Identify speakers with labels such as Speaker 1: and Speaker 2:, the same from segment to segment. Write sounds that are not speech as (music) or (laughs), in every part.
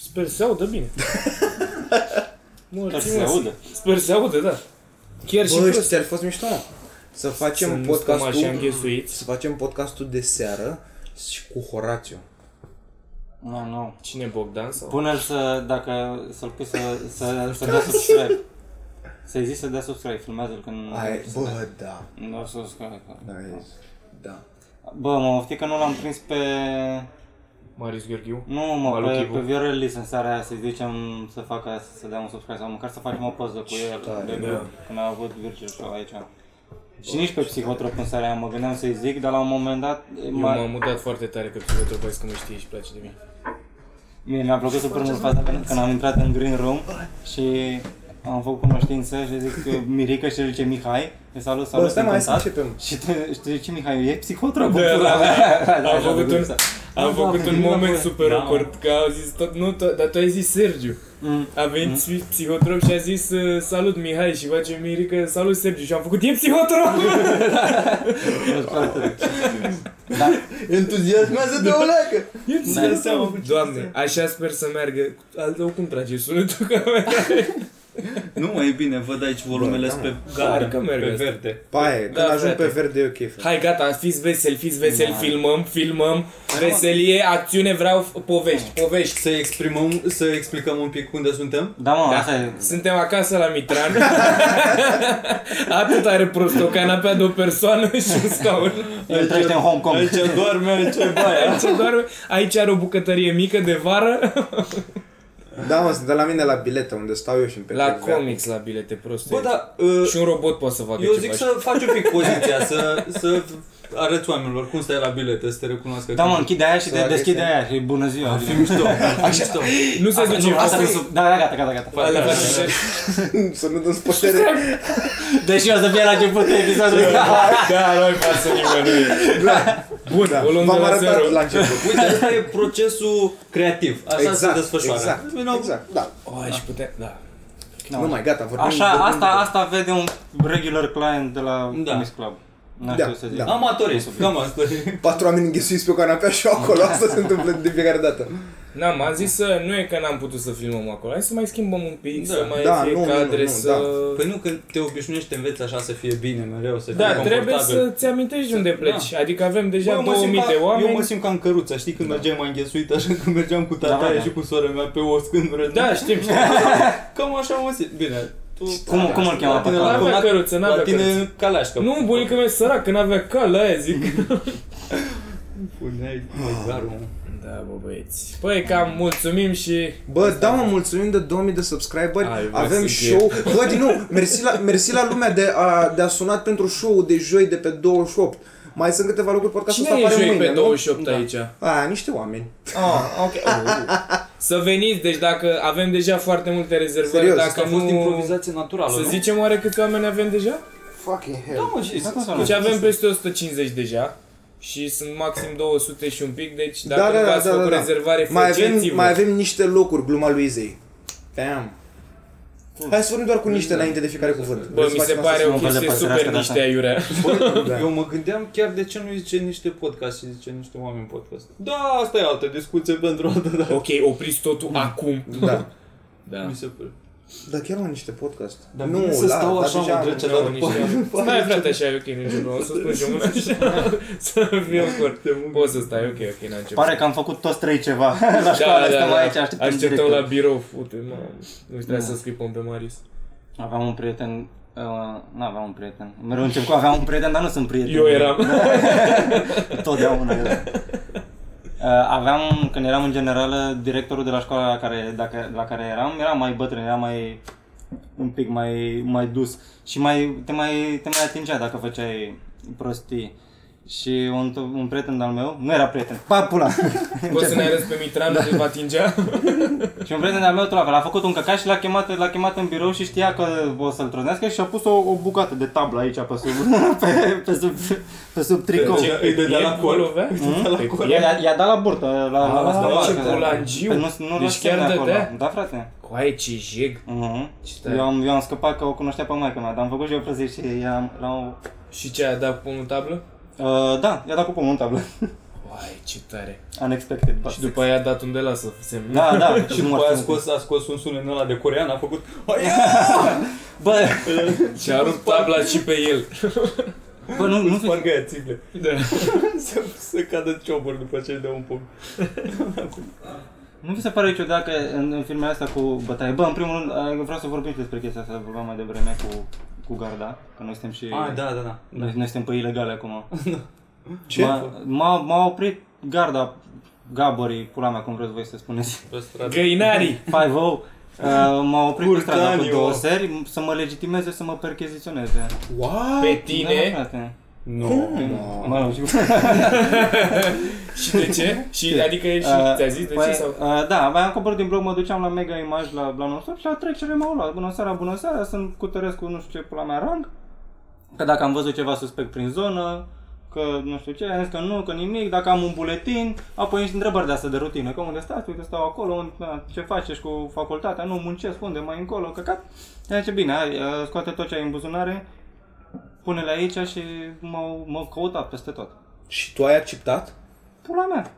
Speaker 1: Sper să se audă bine.
Speaker 2: Sper să
Speaker 1: Mulțumesc.
Speaker 2: se audă.
Speaker 1: Sper să se audă, da. Chiar și
Speaker 3: Bă,
Speaker 1: prost.
Speaker 3: și ar fost mișto, mă.
Speaker 1: Să
Speaker 3: Să facem
Speaker 1: nu stăm așa
Speaker 3: podcastul,
Speaker 1: înghesuiți.
Speaker 3: să facem podcastul de seară și cu Horațiu.
Speaker 2: Nu, nu.
Speaker 1: Cine Bogdan sau?
Speaker 2: Pune-l să, dacă, să-l pui să, să, să dea subscribe. Să-i zici să dea subscribe, filmează-l
Speaker 1: Mm,
Speaker 2: când...
Speaker 3: Ai,
Speaker 1: exact.
Speaker 3: bă, da.
Speaker 2: Nu o să subscribe.
Speaker 3: Nice. Da.
Speaker 2: Bă, mă ofti că nu l-am prins pe...
Speaker 1: Marius Gheorghiu.
Speaker 2: Nu, mă, pe,
Speaker 1: Maluchivu.
Speaker 2: pe Viorel Lis în seara aia să-i zicem să facă aia, să dea un subscribe sau măcar să facem o poză cu el
Speaker 3: tare,
Speaker 2: de
Speaker 3: da.
Speaker 2: când a avut Virgil Show aici. Și nici pe psihotrop în seara aia mă gândeam să-i zic, dar la un moment dat
Speaker 1: Eu
Speaker 2: m-a-
Speaker 1: m-am mudat foarte tare pe psihotropais că nu știi și place de mine.
Speaker 2: Mie mi-a plăcut super mult faza pentru că când am intrat în green room și am făcut cunoștință și zic că Mirica și el zice Mihai, te salut, salut,
Speaker 3: Bă, stai
Speaker 2: sunt
Speaker 3: mai să
Speaker 2: tentat.
Speaker 3: începem.
Speaker 2: Și te, și te zice Mihai, e psihotropă,
Speaker 1: Da,
Speaker 2: pula
Speaker 1: da.
Speaker 2: mea. Da, (laughs) da,
Speaker 1: Am
Speaker 2: da,
Speaker 1: făcut
Speaker 2: da,
Speaker 1: un,
Speaker 2: da.
Speaker 1: am
Speaker 2: Da,
Speaker 1: făcut
Speaker 2: da,
Speaker 1: un
Speaker 2: da,
Speaker 1: moment
Speaker 2: da.
Speaker 1: super
Speaker 2: Da,
Speaker 1: awkward, că a zis tot, nu, to- dar tu ai zis Sergiu.
Speaker 2: Mm.
Speaker 1: A venit mm. psihotrop și a zis uh, salut Mihai și face Mirica salut Sergiu și am făcut e psihotrop!
Speaker 2: Da,
Speaker 3: Entuziasmează de o leacă.
Speaker 1: E
Speaker 2: Da,
Speaker 1: psihotrop! Doamne, așa sper să meargă. Altă cum trage sunetul (laughs) că merge.
Speaker 4: Nu mai e bine, văd aici volumele
Speaker 3: Bă,
Speaker 4: sunt
Speaker 3: da,
Speaker 4: pe
Speaker 1: Clar că
Speaker 4: galben,
Speaker 1: merg
Speaker 4: pe
Speaker 1: asta.
Speaker 4: verde.
Speaker 3: Paie, Păi, când
Speaker 1: Da,
Speaker 3: ajung pe
Speaker 1: frate.
Speaker 3: verde e ok, frate.
Speaker 1: Hai gata, fiți veseli, fiți veseli,
Speaker 2: Da.
Speaker 1: filmăm, filmăm, veselie, acțiune, vreau f- povești, povești.
Speaker 4: Să exprimăm, să explicăm un pic unde
Speaker 2: (laughs)
Speaker 4: suntem?
Speaker 2: da, mă,
Speaker 1: Da.
Speaker 2: asta e.
Speaker 1: Suntem acasă la Mitran. Atât are prost o canapea de o persoană (laughs) și un scaun.
Speaker 2: El trăiește în Hong Kong.
Speaker 4: Aici doarme, aici e
Speaker 1: (laughs)
Speaker 4: baia.
Speaker 1: Aici, doar, aici are o bucătărie mică de vară.
Speaker 3: Da, mă, sunt de la mine la biletă, unde stau eu și în pe
Speaker 1: La
Speaker 3: pe-
Speaker 1: comics, la bilete proste.
Speaker 4: Bă, da, uh,
Speaker 1: Și un robot poate să facă
Speaker 4: eu
Speaker 1: ceva.
Speaker 4: zic
Speaker 1: și-
Speaker 4: să faci un pic poziția, să, să arăți oamenilor cum stai la bilete, să te recunoască.
Speaker 2: Da,
Speaker 4: că-
Speaker 2: mă, închide aia și
Speaker 3: Să
Speaker 2: te deschide
Speaker 3: arese.
Speaker 2: aia și bună ziua.
Speaker 4: Fi mișto, fi mișto.
Speaker 1: Nu se duce
Speaker 2: Nu, asta
Speaker 1: în
Speaker 2: e
Speaker 1: focus.
Speaker 2: sub... Da, da, gata, gata, gata.
Speaker 1: Alea face-
Speaker 3: (laughs) Să nu dăm
Speaker 1: Păi,
Speaker 3: spătere.
Speaker 2: Deși o să fie la începutul episodului.
Speaker 1: Da, nu-i pasă nimănui.
Speaker 3: Da.
Speaker 1: Bun,
Speaker 3: Da.
Speaker 1: o luăm de
Speaker 3: V-am
Speaker 1: la
Speaker 3: arătat
Speaker 1: zero.
Speaker 3: la
Speaker 1: (laughs)
Speaker 3: început.
Speaker 4: Uite, asta e procesul creativ. Așa se desfășoară.
Speaker 3: Exact,
Speaker 4: Vino-
Speaker 3: exact, da.
Speaker 1: O, aș putea, da.
Speaker 2: Da.
Speaker 3: Nu mai, gata, vorbim.
Speaker 2: Așa,
Speaker 3: vorbim
Speaker 2: asta,
Speaker 3: de-
Speaker 2: asta vede un regular client de la
Speaker 4: Da.
Speaker 2: Miss Club. Nu
Speaker 3: Da,
Speaker 2: știu să zic.
Speaker 3: da.
Speaker 4: Amatorist, cam asta e.
Speaker 3: Patru oameni înghesuiți pe o canapea și eu
Speaker 1: Da.
Speaker 3: acolo, asta se întâmplă de fiecare dată.
Speaker 1: N-am, am zis să nu e că n-am putut să filmăm acolo. Hai să mai schimbăm un pic,
Speaker 4: Da.
Speaker 1: să mai
Speaker 3: Da,
Speaker 1: fie
Speaker 3: nu, nu,
Speaker 1: cadre,
Speaker 3: nu, nu,
Speaker 1: să...
Speaker 3: da.
Speaker 4: Păi nu, când te obișnuiești, te înveți așa să fie bine mereu, să fie
Speaker 1: Da,
Speaker 4: confortabil. Da.
Speaker 1: trebuie să-ți amintești de unde pleci. Adică avem deja
Speaker 4: Bă, Păi, eu mă simt
Speaker 1: 2000 de
Speaker 4: ca- Eu mă
Speaker 1: oameni.
Speaker 4: simt ca în căruța, știi, când mergeam mai înghesuit, așa (laughs) când mergeam cu
Speaker 2: Da,
Speaker 4: tata
Speaker 2: da.
Speaker 4: și cu sora mea pe os când vreau.
Speaker 1: Da, știm, știm.
Speaker 4: Cam așa mă simt. Bine, tu... Da,
Speaker 2: Cum, cum îl cheamă
Speaker 4: La
Speaker 2: pe
Speaker 4: tine,
Speaker 2: ăla?
Speaker 1: N-avea
Speaker 4: la-
Speaker 1: căruță, n-avea
Speaker 4: la tine
Speaker 1: căruță.
Speaker 4: calașcă.
Speaker 1: Nu, bunica mea e săracă, n-avea cal, aia zic.
Speaker 4: Puneai măgarul.
Speaker 1: Da, bă, băieți. Păi, cam mulțumim și...
Speaker 3: Bă, da, mă, mulțumim de 2000 de subscriberi,
Speaker 1: Ai, bă,
Speaker 3: avem
Speaker 1: sunt (laughs)
Speaker 3: show. Bă, din nou, mersi la, mersi la lumea de a, de a sunat pentru show de joi de pe 28. Mai sunt câteva lucruri podcast
Speaker 1: Cine
Speaker 3: ăsta
Speaker 1: e
Speaker 3: apare
Speaker 1: joi
Speaker 3: mâine,
Speaker 1: pe
Speaker 3: nu? Da.
Speaker 1: 28 aici?
Speaker 3: A, niște oameni.
Speaker 1: Ah, ok. (laughs) Să veniți, deci dacă avem deja foarte multe rezervări,
Speaker 3: Serios,
Speaker 1: dacă
Speaker 4: Asta a
Speaker 1: nu...
Speaker 4: fost improvizație naturală,
Speaker 1: Să
Speaker 4: nu?
Speaker 1: zicem oare câți oameni avem deja?
Speaker 3: Fucking
Speaker 4: Da,
Speaker 3: hell.
Speaker 4: mă, și...
Speaker 1: Deci avem peste 150 deja și sunt maxim 200 și un pic, deci dacă
Speaker 3: Da, da, da,
Speaker 1: v-ați
Speaker 3: da, da,
Speaker 1: făcut
Speaker 3: da.
Speaker 1: rezervare,
Speaker 3: Mai avem,
Speaker 1: faceți-vă.
Speaker 3: mai avem niște locuri, gluma lui Izei. Damn. Hai să vorbim doar cu niște înainte de fiecare cuvânt.
Speaker 1: Da. Bă,
Speaker 3: Vreți să
Speaker 1: mi se
Speaker 3: facem asta
Speaker 1: pare
Speaker 3: sau-
Speaker 1: o
Speaker 2: un fel de
Speaker 1: chestie
Speaker 2: păstrare
Speaker 1: super
Speaker 2: de
Speaker 1: niște
Speaker 2: asta.
Speaker 1: aiurea.
Speaker 3: Da.
Speaker 4: Eu mă gândeam chiar de ce nu zice niște podcast și zice niște oameni podcast. Da, asta e altă discuție pentru o altă dată.
Speaker 1: Ok, opriți
Speaker 2: Mm.
Speaker 1: totul acum.
Speaker 3: Da.
Speaker 1: Da.
Speaker 4: Mi se pare.
Speaker 3: Dar chiar au niște podcast.
Speaker 4: Dar bine să stau
Speaker 3: dar
Speaker 4: așa,
Speaker 3: deja
Speaker 4: mă,
Speaker 3: am-
Speaker 4: drăcea.
Speaker 1: Nu, (laughs) niște... (laughs) Stai frate așa, e ok, nici nu o să spun și eu mână și
Speaker 3: (laughs)
Speaker 1: să fiu acord. Poți să stai, ok, ok, n-a început.
Speaker 2: Pare că am făcut toți trei ceva (laughs) la școală, stăm aici, așteptăm,
Speaker 1: Da, Așteptăm la
Speaker 2: directorul.
Speaker 1: birou, fute, mă. Nu știu,
Speaker 2: Da.
Speaker 1: să scripăm pe Marius.
Speaker 2: Aveam un prieten, uh, nu aveam un prieten, mereu încep cu aveam un prieten, dar nu sunt prieten.
Speaker 1: Eu eram.
Speaker 2: (laughs) Da. Totdeauna eu. Uh, aveam, când eram în generală, directorul de la școala la care, dacă, la care eram, era mai bătrân, era mai un pic mai, mai dus și mai, te, mai, te mai atingea dacă făceai prostii. Și un, un prieten al meu, nu era prieten, papula!
Speaker 1: Poți să ne arăți pe Mitran, da. va atingea?
Speaker 2: Și un prieten al meu, tot la fel, a făcut un căcaș și l-a chemat, l-a chemat în birou și știa că o să-l trăznească și a pus o, o bucată de tablă aici pe sub, (laughs) pe, pe sub, pe sub tricou.
Speaker 4: Ce- Îi dădea la col.
Speaker 1: col.
Speaker 2: I-a, i-a dat la burtă, la, la, la
Speaker 1: Ah,
Speaker 2: stăpân,
Speaker 1: ce
Speaker 2: că-
Speaker 1: bulangiu.
Speaker 2: Păi Nu, nu
Speaker 1: Deci chiar
Speaker 2: de acolo.
Speaker 1: dădea?
Speaker 2: Da, frate.
Speaker 1: Coaie, ce jeg.
Speaker 2: Mhm.
Speaker 1: Ce tare.
Speaker 2: Eu am, eu am scăpat că o cunoștea pe maica mea, dar am făcut și eu prăzi și i-am, la o...
Speaker 1: Și ce, a dat cu unul tablă?
Speaker 2: Uh, da, i-a dat cu pământ tablă. (laughs)
Speaker 1: Uai, ce tare.
Speaker 2: Unexpected
Speaker 1: Și
Speaker 2: Bust.
Speaker 1: după aia a dat unde lasă semnul.
Speaker 2: Da,
Speaker 1: (laughs)
Speaker 2: da,
Speaker 4: Și
Speaker 2: nu
Speaker 4: după
Speaker 2: mă
Speaker 4: aia a
Speaker 2: știu.
Speaker 4: scos, a scos un sunet în ăla de corean, a făcut
Speaker 2: Bă,
Speaker 1: Și a rupt tabla și pe el.
Speaker 2: bă, nu, nu,
Speaker 4: Parcă aia țigle
Speaker 1: Da.
Speaker 4: (laughs) să, să cadă cioburi după ce îi dă un pom
Speaker 2: Nu vi se pare niciodată că în, în filmele astea cu bătaie? Bă, în primul rând, a, eu vreau să vorbim și despre chestia asta, vorbeam mai devreme cu, cu garda, că noi suntem și...
Speaker 4: Ah, da, da, da
Speaker 2: Noi, noi suntem pe ilegale acum.
Speaker 3: Ce?
Speaker 2: M-a- M-a, m-a oprit garda, gabării, pula mea, cum vreți voi să spuneți, (laughs)
Speaker 4: Pe stradă
Speaker 1: Găinarii.
Speaker 2: 5 uh, m-a oprit pe strada cu
Speaker 4: Curcanio.
Speaker 2: două seri m- să mă legitimeze, să mă percheziționeze.
Speaker 3: What?
Speaker 1: Pe
Speaker 2: Da,
Speaker 1: tine.
Speaker 2: frate.
Speaker 4: Nu
Speaker 2: Mă, și-
Speaker 1: Și de ce? Și adică și
Speaker 2: Uh,
Speaker 1: ți-a zis de
Speaker 2: păi,
Speaker 1: ce sau?
Speaker 2: uh, da, mai am coborât din blog, mă duceam la Mega Image la, la nostru și la trecere m-au luat. Bună seara, bună seara, sunt cu Tărescu, nu știu ce pula mea rang. Că dacă am văzut ceva suspect prin zonă, că nu știu ce, am zis că nu, că nimic, dacă am un buletin, apoi niște întrebări de asta de rutină, că unde stați, uite stau acolo, unde, na, ce faci, ești cu facultatea, nu, muncesc, unde, mai încolo, căcat. Deci ce bine, hai, uh, scoate tot ce ai în buzunare, pune-le aici și m-au, m-au căutat peste tot
Speaker 3: Și tu ai acceptat?
Speaker 2: pula mea.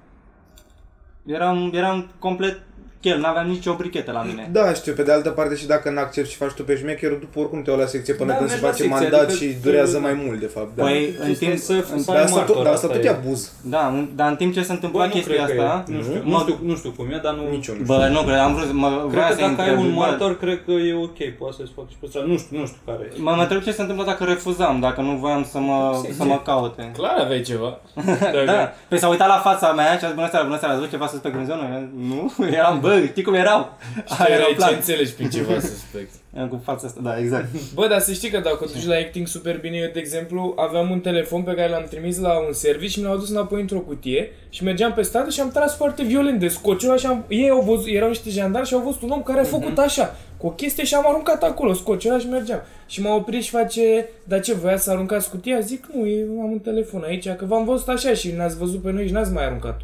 Speaker 2: Eram, eram complet chel, n-aveam nicio brichetă la mine.
Speaker 3: Da, știu, pe de altă parte și dacă nu accepti și faci tu pe șmecher, după oricum te iau la secție până
Speaker 4: Da,
Speaker 3: când se
Speaker 4: mergi la
Speaker 3: face
Speaker 4: secție,
Speaker 3: mandat
Speaker 4: adică
Speaker 3: și
Speaker 4: tu-
Speaker 3: durează mai mult, de fapt. Da.
Speaker 2: Păi, în
Speaker 4: stai
Speaker 2: timp,
Speaker 4: să-
Speaker 2: în,
Speaker 4: să-
Speaker 3: Dar asta,
Speaker 4: martor,
Speaker 3: tot, dar asta
Speaker 4: asta
Speaker 3: tot
Speaker 4: e.
Speaker 3: e abuz.
Speaker 2: da, în, dar în timp ce se întâmpla
Speaker 4: Bă, nu
Speaker 2: chestia
Speaker 4: cred că e.
Speaker 2: asta...
Speaker 4: Nu știu,
Speaker 2: mă-
Speaker 4: nu știu, nu știu cum e, dar nu...
Speaker 3: Nici eu nu știu.
Speaker 2: Bă, nu, cred, am vrut, mă,
Speaker 4: Cred
Speaker 2: vreau
Speaker 4: că
Speaker 2: să
Speaker 4: dacă ai un
Speaker 2: bă,
Speaker 4: martor, cred că e ok, poate să-ți faci și pe stradă. Nu știu, nu știu care e.
Speaker 2: Mă, mă întreb ce se întâmplă dacă refuzam, dacă nu voiam să mă, să mă caute.
Speaker 1: Clar aveai ceva. Dacă-
Speaker 2: Da, păi s-a uitat la fața mea și a zis, bună seara, bună seara, ați văzut ceva suspect în zonă? Eu, Nu, (laughs) eram, bă, știi cum erau?
Speaker 1: Și tu erai ce
Speaker 2: plan.
Speaker 1: înțelegi prin ceva
Speaker 2: (laughs)
Speaker 1: suspect.
Speaker 2: Eram cu fața asta, da, exact.
Speaker 1: Bă, dar să știi că dacă duci la acting super bine, eu, de exemplu, aveam un telefon pe care l-am trimis la un serviciu și mi l-au adus înapoi într-o cutie și mergeam pe stradă și am tras foarte violent de scociul ăla și am, ei au văzut, erau niște jandari și au văzut un om care a făcut așa, cu o chestie și am aruncat acolo scociul ăla și mergeam. Și m-a oprit și face, dar ce, voia să aruncați cutia? Zic, nu, eu am un telefon aici, că v-am văzut așa și n-ați văzut pe noi și n-ați mai aruncat.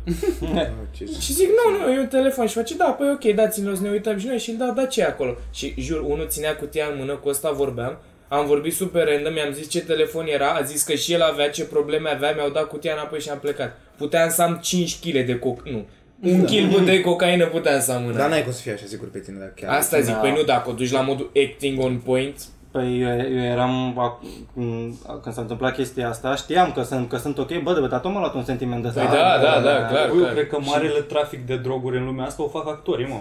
Speaker 1: Și zic, nu, nu, e un telefon și face, da, păi ok, dați-ne, să ne uităm și noi și îl da, da, ce e acolo? Și jur, unul ținea cutia în mână, cu ăsta vorbeam, am vorbit super random, i-am zis ce telefon era, a zis că și el avea, ce probleme avea, mi-au dat cutia înapoi și am plecat. Puteam să am 5 kg de coc, nu, un kg de cocaină puteam să am în
Speaker 3: Dar n-ai cum să fii așa sigur pe tine, dacă chiar...
Speaker 1: Asta zic,
Speaker 2: Da.
Speaker 1: păi nu, dacă o duci la modul acting on point,
Speaker 2: Păi eu, eu eram, ac- m- când s-a întâmplat chestia asta, știam că sunt, că sunt ok, bă, de bătatul m-a luat un sentiment de
Speaker 1: Păi da, da, da, clar,
Speaker 4: Bă, Eu
Speaker 1: clar.
Speaker 4: cred că marele trafic de droguri în lumea asta o fac actorii, mă.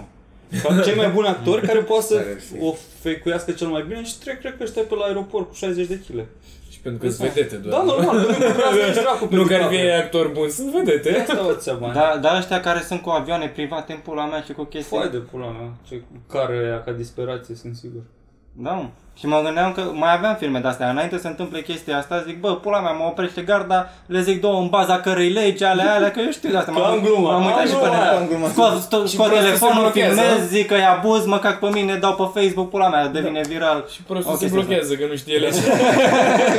Speaker 4: Fac cei mai buni actori (laughs) care pot să
Speaker 3: Care ar fi?
Speaker 4: o fecuiască cel mai bine și trec, cred că ăștia pe la aeroport cu 60 de kg.
Speaker 1: Și pentru că sunt vedete doar.
Speaker 4: Da, normal, că nu lucrează nici dracu pe
Speaker 1: nu că ar fi
Speaker 4: dictatură.
Speaker 1: actor bun, sunt
Speaker 4: De
Speaker 1: vedete.
Speaker 4: asta o țeama. Da.
Speaker 2: Da, da, ăștia care sunt cu avioane private în pula mea și cu chestii.
Speaker 4: Foai de pula mea, ce care e aia ca disperație, sunt sigur.
Speaker 2: Da, mă. Și mă gândeam că mai aveam filme de astea. Înainte să întâmple chestia asta, zic, bă, pula mea, mă oprește garda, le zic două în baza cărei legi, ale alea, că eu știu de asta.
Speaker 4: Că am glumă,
Speaker 2: m-am uitat
Speaker 4: am
Speaker 2: și pe
Speaker 4: glumă,
Speaker 2: net.
Speaker 3: am glumă.
Speaker 2: Scot, sto-
Speaker 1: Și
Speaker 2: scot
Speaker 1: prostul se
Speaker 2: telefonul,
Speaker 1: blochează,
Speaker 2: filmez, zic că e abuz, mă cac pe mine, dau pe Facebook, pula mea, devine viral.
Speaker 1: Da. Și prostul
Speaker 2: Ok,
Speaker 1: se
Speaker 2: să-
Speaker 1: blochează, că nu știe legea.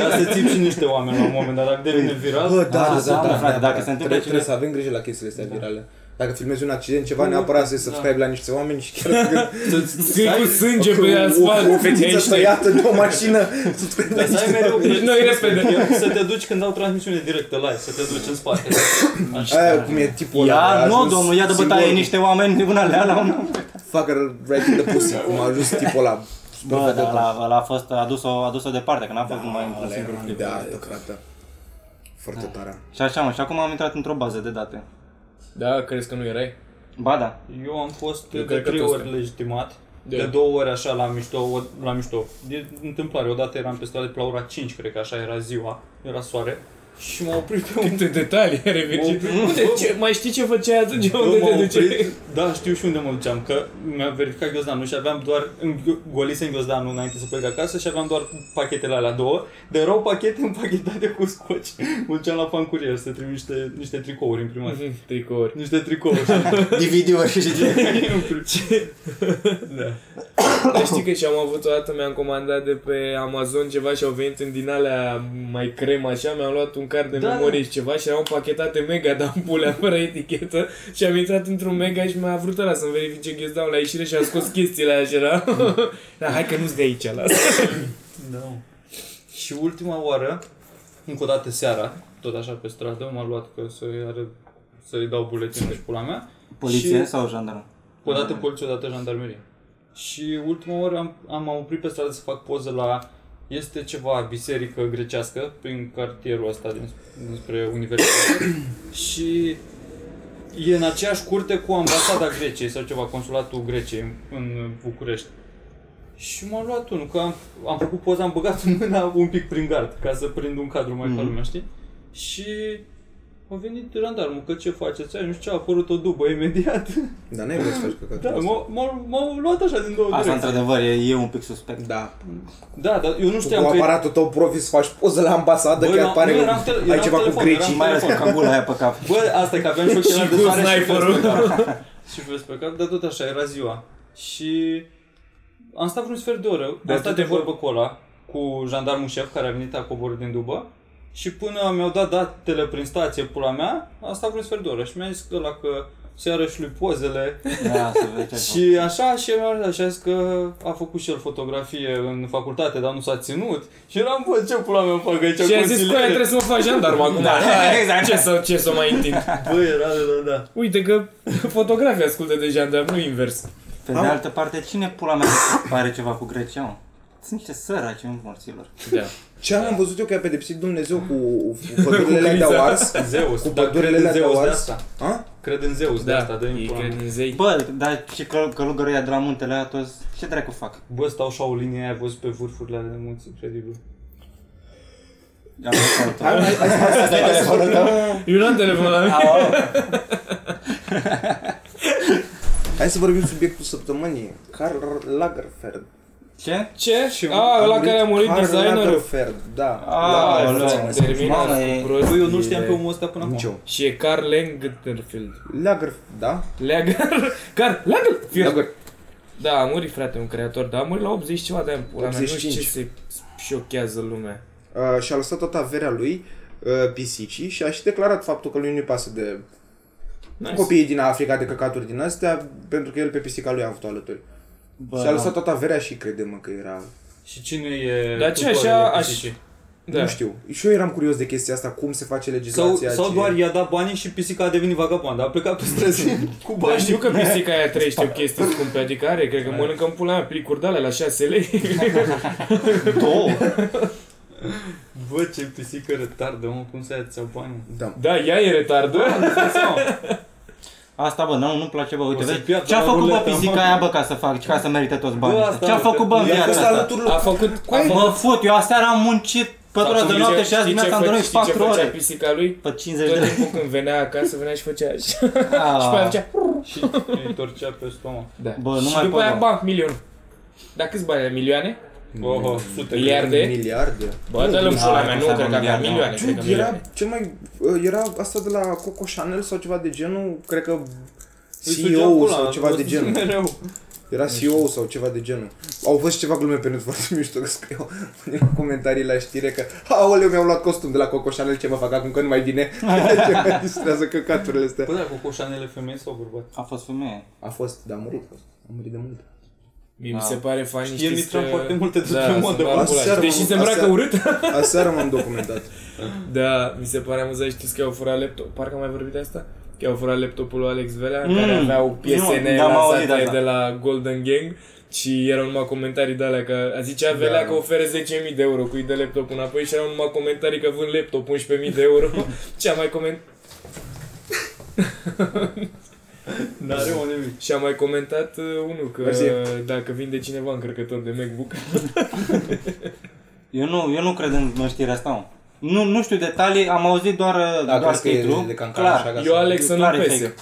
Speaker 4: Dar să țip și niște oameni la un moment dat, dacă devine viral.
Speaker 3: Bă, da,
Speaker 2: Ah,
Speaker 3: da,
Speaker 2: da,
Speaker 3: da,
Speaker 2: mă,
Speaker 3: da,
Speaker 2: frate,
Speaker 3: da,
Speaker 2: dacă
Speaker 3: da.
Speaker 2: se întâmplă
Speaker 3: Trebuie-
Speaker 2: cine-
Speaker 3: Trebuie să avem grijă la chestiile astea virale. Dacă filmezi un accident, ceva, neapărat să-i subscribe la nici oameni și chiar că-
Speaker 1: Scrii cu sânge pe
Speaker 3: o, o
Speaker 1: asfalt.
Speaker 3: fetiță
Speaker 1: Hashtag.
Speaker 3: tăiată de o mașină, subscribe la
Speaker 4: Dar să ai
Speaker 3: niște
Speaker 4: mereu
Speaker 1: Deci noi repede.
Speaker 4: Să te duci când au transmisiune directă live, să te duci în spate. Așa.
Speaker 3: Aia cum e tipul ăla care a
Speaker 2: Ia, nu,
Speaker 3: ajuns
Speaker 2: domnul, ia de bătaie
Speaker 3: simbol-
Speaker 2: niște oameni, una le la un
Speaker 3: Fucker right in the pussy, cum a ajuns tipul ăla.
Speaker 2: Bă, dar ăla, ăla a fost adus-o, adus-o departe, că n-a fost numai într-un singur clip.
Speaker 3: De artă, frate. Foarte tare.
Speaker 2: Și așa, mă, și acum am intrat într-o bază de date.
Speaker 1: Da, crezi că nu erai?
Speaker 2: Ba da.
Speaker 4: Eu am fost
Speaker 1: Eu
Speaker 4: de
Speaker 1: cred că Da.
Speaker 4: trei
Speaker 1: toți
Speaker 4: ori
Speaker 1: suntem.
Speaker 4: legitimat.
Speaker 1: De-
Speaker 4: De două ori așa la mișto, o, la mișto. De întâmplare, odată eram pe stradă pe la ora 5, cred că așa era ziua, era soare. Și m-a oprit pe un
Speaker 1: Câte detalii are Virgil.
Speaker 4: Bă,
Speaker 1: Unde,
Speaker 4: bă,
Speaker 1: ce, mai știi ce făceai atunci? Unde
Speaker 4: Bă, m-a
Speaker 1: te duceai?
Speaker 4: oprit. (laughs) Da, știu și unde mă duceam, că mi-a verificat ghiozdanul și aveam doar în golise în ghiozdanul înainte să plec acasă și aveam doar pachetele alea două, dar erau pachete împachetate cu scoci. Mă duceam la fan curier să trimit niște, niște tricouri (laughs) imprimate.
Speaker 1: Mhm, Tricouri.
Speaker 4: Niște tricouri. (laughs) și-
Speaker 2: DVD-uri și
Speaker 4: da.
Speaker 1: Dar știi că și am avut o dată, mi-am comandat de pe Amazon ceva și au venit în din alea mai crem așa, mi-am luat un card de
Speaker 4: Da,
Speaker 1: memorie
Speaker 4: da.
Speaker 1: și ceva și erau pachetate mega de ampule (laughs) fără etichetă și am intrat într-un mega și mi-a vrut ăla să-mi verifice ghiozdanul la ieșire și a scos chestiile aia și era... (laughs) da, hai că nu-s de aici, lasă.
Speaker 4: Da. Și ultima oară, încă o dată seara, tot așa pe stradă, m-a luat că să are să-i dau buletinul și pula mea.
Speaker 2: Poliție
Speaker 4: Și-
Speaker 2: sau jandarmă?
Speaker 4: Odată poliție, odată jandarmerie. Și ultima oară am, am oprit pe stradă să fac poză la... Este ceva biserică grecească prin cartierul ăsta din, dinspre universitate și e în aceeași curte cu ambasada Greciei sau ceva, consulatul Greciei în, în București. Și m-a luat unul, că am, am făcut poza, am băgat mâna un pic prin gard ca să prind un cadru mai mm-hmm. ca lumea, știi? Și a venit jandarmul, că ce faceți? Ai, nu știu ce, a apărut o dubă imediat.
Speaker 3: Dar n-ai vrut să faci căcatul
Speaker 4: Da,
Speaker 3: ăsta.
Speaker 4: m-au- m-au m-au luat așa din două
Speaker 2: Asta,
Speaker 4: direcții.
Speaker 2: într-adevăr, e, e un pic suspect.
Speaker 3: Da.
Speaker 4: Da, dar eu nu
Speaker 3: Tu
Speaker 4: știam
Speaker 3: cu
Speaker 4: că...
Speaker 3: aparatul tău profi să faci poză la ambasadă,
Speaker 4: Bă,
Speaker 3: chiar
Speaker 4: nu,
Speaker 3: pare
Speaker 4: nu,
Speaker 3: că
Speaker 4: eram tele-
Speaker 3: ai
Speaker 4: eram
Speaker 3: ceva cu
Speaker 4: telefon,
Speaker 3: grecii.
Speaker 4: eram-
Speaker 2: Mai ales că cambula aia pe (laughs) cap.
Speaker 4: Bă, asta e că
Speaker 1: (laughs)
Speaker 4: aveam și ochelari
Speaker 1: Și
Speaker 4: de
Speaker 1: cu
Speaker 4: soare și
Speaker 1: sniperul.
Speaker 4: vest pe
Speaker 1: (laughs)
Speaker 4: cap. și vest pe cap, dar tot așa, era ziua. Și am stat vreun sfert de oră,
Speaker 1: Dar
Speaker 4: am stat
Speaker 1: tu
Speaker 4: de
Speaker 1: te-
Speaker 4: vorbă cu ăla, cu jandarmul șef care a venit a coborât din dubă. Și până mi-au dat datele prin stație, pula mea, am stat vreun sfert de oră și mi-a zis ăla că se arăși lui pozele,
Speaker 2: Da, să vezi ce ai
Speaker 4: Și așa și el așa a zis că a făcut și el fotografie în facultate, dar nu s-a ținut. Și eram, bă, ce pula mea fac aici
Speaker 1: Și ai
Speaker 4: consiliere?"
Speaker 1: zis că trebuie să mă faci jandarm acum. (laughs)
Speaker 2: Da, exact.
Speaker 1: Ce să, ce să mai întind?
Speaker 4: Bă, era, da, da.
Speaker 1: Uite că fotografii ascultă de jandarm, nu invers.
Speaker 2: făcut. Pe de altă parte, cine pula mea (coughs) pare ceva cu Grecia, mă? Sunt niște săraci în morților.
Speaker 1: Da.
Speaker 3: Ce am văzut eu că a pedepsit Dumnezeu cu,
Speaker 4: (laughs)
Speaker 3: cu pădurile alea
Speaker 1: criza.
Speaker 3: de ars?
Speaker 4: Zeus,
Speaker 3: Cu
Speaker 4: dar cred
Speaker 3: pădurile
Speaker 4: în
Speaker 3: alea de
Speaker 4: Zeus de
Speaker 3: ars?
Speaker 4: asta.
Speaker 3: A?
Speaker 4: Cred în Zeus de asta,
Speaker 1: Da,
Speaker 4: dă
Speaker 1: ei cred în zei.
Speaker 2: Bă, dar și căl- călugării ăia de la muntele aia toți, ce dracu fac?
Speaker 4: Bă, stau și au linia aia, văzut pe văzut de mulți, incredibil.
Speaker 2: Am văzut altul.
Speaker 3: Hai, hai, hai, hai, hai, hai, hai să vorbim-
Speaker 1: Eu n-am telefon la mine.
Speaker 3: Hai să vorbim subiectul săptămânii. Karl Lagerfeld.
Speaker 2: Ce?
Speaker 1: Ce?
Speaker 4: Și
Speaker 1: A, ăla
Speaker 3: Am
Speaker 1: care a murit
Speaker 3: Karl
Speaker 1: designerul.
Speaker 3: Lagerfeld, da.
Speaker 2: Aoleu,
Speaker 3: Da, mulțumesc.
Speaker 1: terminat
Speaker 2: Mamă,
Speaker 1: cu
Speaker 2: e-
Speaker 1: prost.
Speaker 4: Bă, eu nu
Speaker 1: E-
Speaker 4: știam pe omul ăsta până
Speaker 3: Nici eu.
Speaker 4: acum.
Speaker 1: Și e Carl Lagerfeld.
Speaker 3: Lagerfeld, da?
Speaker 1: Lager... Carl Lagerfeld!
Speaker 3: Lager-
Speaker 1: Da, a murit frate un creator, dar a murit la 80 ceva de ani. Pula mea, nu știu ce
Speaker 3: 85.
Speaker 1: se șochează lumea.
Speaker 3: Uh, și-a lăsat toată averea lui uh, pisicii și a și declarat faptul că lui nu-i pasă de copiii din Africa, de căcaturi din astea, pentru că el pe pisica lui a avut alături.
Speaker 2: Bă,
Speaker 3: și-a
Speaker 2: da.
Speaker 3: lăsat toată averea și crede-mă că era...
Speaker 4: Și cine e
Speaker 1: Dar ce,
Speaker 4: tutorele
Speaker 1: așa, aș-
Speaker 4: pisicii?
Speaker 1: Da.
Speaker 3: Nu știu. Și eu eram curios de chestia asta, cum se face
Speaker 4: Sau,
Speaker 3: legislația.
Speaker 4: sau
Speaker 3: ce-
Speaker 4: doar i-a dat banii și pisica a devenit vagabondă, a plecat pe
Speaker 3: (laughs)
Speaker 4: străzi cu
Speaker 1: Bă,
Speaker 4: bani.
Speaker 1: știu
Speaker 2: (laughs)
Speaker 1: că pisica aia trăiește o chestie scumpă, adică are, cred că mănâncă în pula mea plicuri de alea la 6 lei. (laughs)
Speaker 2: Două.
Speaker 4: Bă, ce pisică retardă, mă, cum să ia ți banii?
Speaker 3: Da.
Speaker 1: Da, ea e retardă.
Speaker 2: Asta, bă, nu, nu-mi place, bă, uite,
Speaker 4: O să
Speaker 2: vezi?
Speaker 4: piardă
Speaker 2: Ce-a
Speaker 4: la
Speaker 2: făcut, bă,
Speaker 4: ruletă,
Speaker 2: pisica
Speaker 4: mă.
Speaker 2: aia, bă, ca să fac, ca să merite toți
Speaker 4: Bă,
Speaker 2: banii?
Speaker 4: asta
Speaker 2: Ce-a
Speaker 4: arată.
Speaker 2: făcut, bă, în
Speaker 4: Ia
Speaker 2: viața
Speaker 3: Fost
Speaker 2: asta?
Speaker 3: alături
Speaker 1: A
Speaker 4: Ah,
Speaker 3: lui...
Speaker 1: făcut... Păi, a făcut-
Speaker 2: Mă fut, eu aseară am muncit 4 ore de
Speaker 1: Știi
Speaker 2: noapte
Speaker 1: ce-
Speaker 2: și
Speaker 1: știi
Speaker 2: azi
Speaker 1: ce
Speaker 2: dimineața am
Speaker 1: fă-
Speaker 2: dormit
Speaker 1: știi ce
Speaker 2: 4
Speaker 1: făcea
Speaker 2: ore.
Speaker 1: pisica lui?
Speaker 2: Pe 50
Speaker 1: (laughs) Tot
Speaker 2: de
Speaker 1: timpul când venea acasă, venea și făcea așa. (laughs) Și pe aia
Speaker 2: Ah.
Speaker 1: făcea...
Speaker 4: Și îi torcea pe stomac.
Speaker 1: Da.
Speaker 2: Bă, nu
Speaker 1: și
Speaker 2: mai
Speaker 1: după
Speaker 2: pot,
Speaker 1: aia,
Speaker 2: bă.
Speaker 1: ba, milion. Dar câți bani are? Milioane?
Speaker 4: Oho, sute.
Speaker 1: Miliarde?
Speaker 3: Miliarde.
Speaker 1: Bă, dă-l în
Speaker 2: nu,
Speaker 1: pula
Speaker 2: nu,
Speaker 1: mea,
Speaker 2: nu,
Speaker 1: nu,
Speaker 2: nu,
Speaker 1: cred că
Speaker 2: nu,
Speaker 1: avea
Speaker 2: nu.
Speaker 1: milioane, cred că
Speaker 3: Era
Speaker 1: milioane.
Speaker 3: cel mai... uh, Era asta de la Coco Chanel sau ceva de genul, cred că
Speaker 4: Îi sugea
Speaker 3: CEO
Speaker 4: pula,
Speaker 3: sau ceva de
Speaker 4: (laughs)
Speaker 3: genul.
Speaker 4: mereu.
Speaker 3: Era CEO sau ceva de genul. Au fost ceva glume pe net foarte mișto că scriu în comentarii la știre că Aoleu, mi-au luat costum de la Coco Chanel, ce mă fac acum că nu mai bine? ce mă distrează căcaturile astea.
Speaker 4: Bă, dar cu coșanele femei sau bărbați?
Speaker 2: A fost femeie.
Speaker 3: A fost, dar a murit. A murit de mult.
Speaker 1: Mie mi se pare fain,
Speaker 4: Știe
Speaker 1: știți
Speaker 4: Mitran
Speaker 1: că-
Speaker 4: foarte multe despre
Speaker 1: Da,
Speaker 4: modă,
Speaker 1: sunt
Speaker 4: bă.
Speaker 1: ambulante.
Speaker 3: Aseară
Speaker 1: Deși
Speaker 3: m-am-
Speaker 1: se îmbracă
Speaker 3: aseară-
Speaker 1: urât.
Speaker 3: Aseară m-am documentat.
Speaker 1: Da, mi se pare amuzant, știți că au furat laptop, parcă am mai vorbit de asta? Că au furat laptopul lui Alex Velea, mm.
Speaker 2: Mm.
Speaker 1: care avea o PSN
Speaker 2: Nu, dar m-am auzit
Speaker 1: lansată
Speaker 2: de asta.
Speaker 1: de la Golden Gang și erau numai comentarii de alea că a zicea Velea
Speaker 3: Da.
Speaker 1: că oferă 10.000 de euro cu de laptop înapoi și erau numai comentarii că vând laptop 11.000 de
Speaker 2: (laughs)
Speaker 1: euro. Ce am mai coment
Speaker 4: N-are o nimic. (laughs)
Speaker 1: și a mai comentat uh, unul că
Speaker 3: Mersi.
Speaker 1: dacă vinde cineva încărcător de MacBook.
Speaker 2: Da, Eu nu, eu nu cred în, în știrea asta, mă. Nu, nu știu detalii, am auzit doar,
Speaker 3: Da,
Speaker 2: doar
Speaker 3: crezi că e
Speaker 2: titlul.
Speaker 3: de cancan așa,
Speaker 2: clar.
Speaker 3: gata.
Speaker 1: Eu Alex să nu
Speaker 2: Clar da, e
Speaker 1: pese.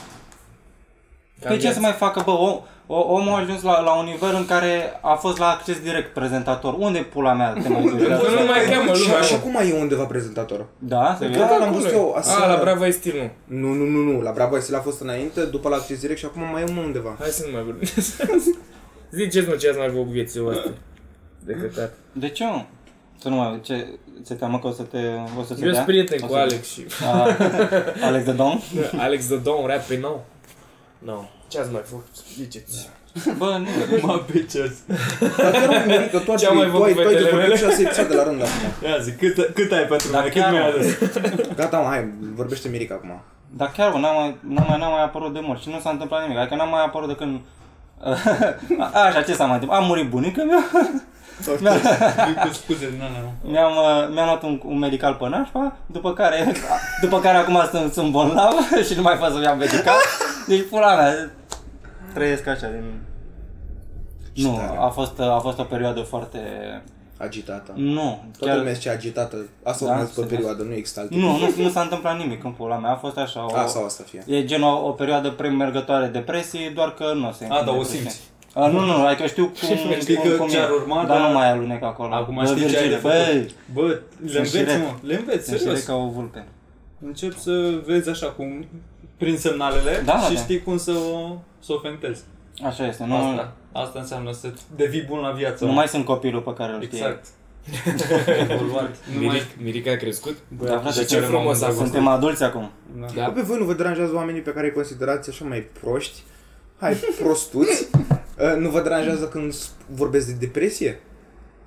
Speaker 2: fake. Pe ce să mai facă, bă, o, o, omul a ajuns la, la un nivel în care a fost la acces direct prezentator. Unde pula mea te mai duci?
Speaker 1: Că nu mai cheamă
Speaker 3: și,
Speaker 1: lumea.
Speaker 3: și
Speaker 1: mă.
Speaker 3: acum e undeva prezentator.
Speaker 2: Da, serios?
Speaker 3: Da, l-am
Speaker 1: acolo
Speaker 3: văzut
Speaker 1: e.
Speaker 3: eu
Speaker 1: A,
Speaker 3: aseară.
Speaker 1: Ah, la Brava e stil, nu.
Speaker 3: Nu, nu, nu, nu. La Bravo Estil a fost înainte, după la Acces Direct și acum mai e unul undeva.
Speaker 1: Hai să nu mai vorbim. Ziceți mă ce ați mai făcut cu vieții voastre. De căcat.
Speaker 2: De ce, mă? Să nu mai, ce, ți-e teamă că o să te, o să te
Speaker 1: Eu
Speaker 2: dea?
Speaker 1: sunt prieten
Speaker 2: O
Speaker 1: cu
Speaker 2: să-
Speaker 1: Alex și...
Speaker 2: A, Alex de Dom?
Speaker 1: Alex the Don rap pe nou. No. Ce ați mai făcut? Ziceți.
Speaker 2: Bă, nu.
Speaker 4: Mă beceați.
Speaker 3: Dar chiar am murit că tu ai
Speaker 1: Ce am mai
Speaker 3: tu ai,
Speaker 1: făcut
Speaker 3: tu ai de
Speaker 1: fetele
Speaker 3: vorbit
Speaker 1: mele?
Speaker 3: șase episoade la rând acum.
Speaker 4: Ia zi, cât, cât ai pentru mine? Cât
Speaker 2: chiar
Speaker 4: mi-ai
Speaker 2: am.
Speaker 4: adus?
Speaker 3: Gata, mă, hai, vorbește Mirica acum.
Speaker 2: Dar chiar, bă, n-a mai, n-a mai, n-a mai apărut de mult și nu s-a întâmplat nimic. Adică n-a mai apărut de când... (laughs) A, Așa, ce s-a mai întâmplat? A murit bunica mea,
Speaker 4: Cu scuze din alea, nu.
Speaker 2: mi-am, uh, mi-am luat un, un medical pe nașpa, după care, după care acum sunt, sunt bolnav (laughs) și nu mai fac să-mi iau medical. Deci, pula mea, trăiesc așa din... Nu,
Speaker 3: tare.
Speaker 2: a fost, a fost o perioadă foarte...
Speaker 3: Agitată.
Speaker 2: Nu,
Speaker 3: Toată lumea zice agitată. Asta o
Speaker 2: Da,
Speaker 3: numesc pe
Speaker 2: sunt-
Speaker 3: perioadă, nu extaltă.
Speaker 2: Nu, nu, nu s-a întâmplat nimic în pula mea, a fost așa o...
Speaker 3: A, sau asta fie.
Speaker 2: E gen o, o perioadă premergătoare depresie, doar că nu se
Speaker 4: A, dar o
Speaker 2: depresie.
Speaker 4: simți.
Speaker 2: A, nu, nu, adică știu cum,
Speaker 4: Știi
Speaker 2: cum,
Speaker 4: că
Speaker 2: cum
Speaker 4: ce-ar
Speaker 2: e,
Speaker 4: urma,
Speaker 2: dar
Speaker 4: dar-
Speaker 2: nu mai alunec acolo.
Speaker 4: Acum
Speaker 2: Bă,
Speaker 4: știi ce ai de
Speaker 2: Virgil,
Speaker 4: făcut.
Speaker 2: băi,
Speaker 4: Bă, le
Speaker 2: Sunt și
Speaker 4: înveți,
Speaker 2: rec.
Speaker 4: mă. Le înveți,
Speaker 2: se știe
Speaker 4: serios.
Speaker 2: ca o vulpe.
Speaker 4: Încep să vezi așa cum prin semnalele
Speaker 2: Da,
Speaker 4: și
Speaker 2: da.
Speaker 4: știi cum să o, să o fentezi.
Speaker 2: Așa este, nu,
Speaker 4: Asta, asta înseamnă să devii bun la viață.
Speaker 2: nu mai sunt copilul pe care îl știe.
Speaker 4: Exact. Evoluat. Nu mai...
Speaker 1: Miric, Mirica a crescut?
Speaker 2: Dar, frate,
Speaker 1: și ce
Speaker 2: suntem-
Speaker 1: frumos a fost.
Speaker 2: Suntem adulți acum.
Speaker 4: Da.
Speaker 1: Da.
Speaker 3: Bă, pe voi nu vă deranjează oamenii pe care îi considerați așa mai proști? Hai, prostuți? Uh, nu vă deranjează când sp- vorbesc de depresie?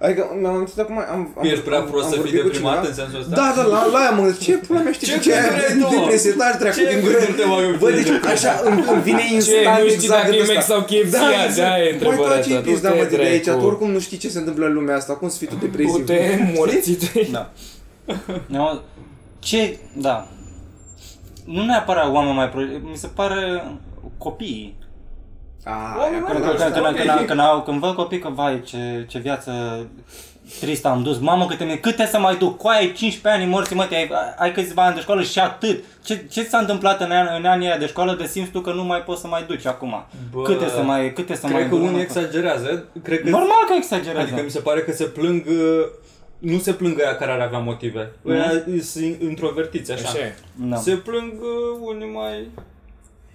Speaker 3: Adică mi-am amintit acum, am, am,
Speaker 4: Păi, Ești prea
Speaker 3: am-
Speaker 4: prost
Speaker 3: am
Speaker 4: să fii
Speaker 3: vorbit cu
Speaker 4: deprimat
Speaker 3: cineva.
Speaker 4: în sensul ăsta?
Speaker 3: Da, da, la, la aia mă, ce pula mea știi
Speaker 4: Ce
Speaker 3: ce, ce
Speaker 4: gânduri ai tu, mă?
Speaker 3: ai depresie, dar trecut
Speaker 4: Ce
Speaker 3: din
Speaker 4: gânduri te mai
Speaker 3: gură. Bă, deci așa îmi, îmi vine
Speaker 1: Ce,
Speaker 3: instant
Speaker 1: nu știi
Speaker 3: exact
Speaker 1: dacă
Speaker 3: de
Speaker 1: e Mac
Speaker 3: ăsta.
Speaker 1: sau KFC,
Speaker 3: da,
Speaker 1: da, e întrebarea
Speaker 3: Băi,
Speaker 1: asta,
Speaker 3: tu ce da,
Speaker 1: tu te
Speaker 3: mă, de
Speaker 1: trei
Speaker 3: aici,
Speaker 1: cu-
Speaker 3: tu oricum nu știi ce se întâmplă în lumea asta, cum să fii tu
Speaker 1: Tu
Speaker 3: depresiv?
Speaker 1: te morți.
Speaker 2: (laughs) Da. Eu, ce, da. Nu neapărat oameni mai pro... mi se pare copiii.
Speaker 3: Ah,
Speaker 4: Oameni,
Speaker 3: acolo,
Speaker 4: mă,
Speaker 3: da,
Speaker 2: Când, când,
Speaker 3: asta,
Speaker 2: când,
Speaker 3: ok.
Speaker 2: când, când, au, când văd copii că, vai, ce, ce viață tristă am dus, mamă câte mi câte să mai duc, cu ai 15 ani morți, mă, te- ai, ai câțiva ani de școală și atât. Ce, ce s-a întâmplat în, an, în anii aia de școală de simți tu că nu mai poți să mai duci acum?
Speaker 4: Bă,
Speaker 2: câte să mai, câte să mai
Speaker 4: Cred că
Speaker 2: duc, mă,
Speaker 4: unii exagerează. Cred că
Speaker 2: Normal că exagerează.
Speaker 4: Adică mi se pare că se plâng uh, nu se plâng aia care ar avea motive. Mm. Aia sunt introvertiți, așa.
Speaker 1: Așa e.
Speaker 2: da.
Speaker 4: Se plâng uh, unii mai...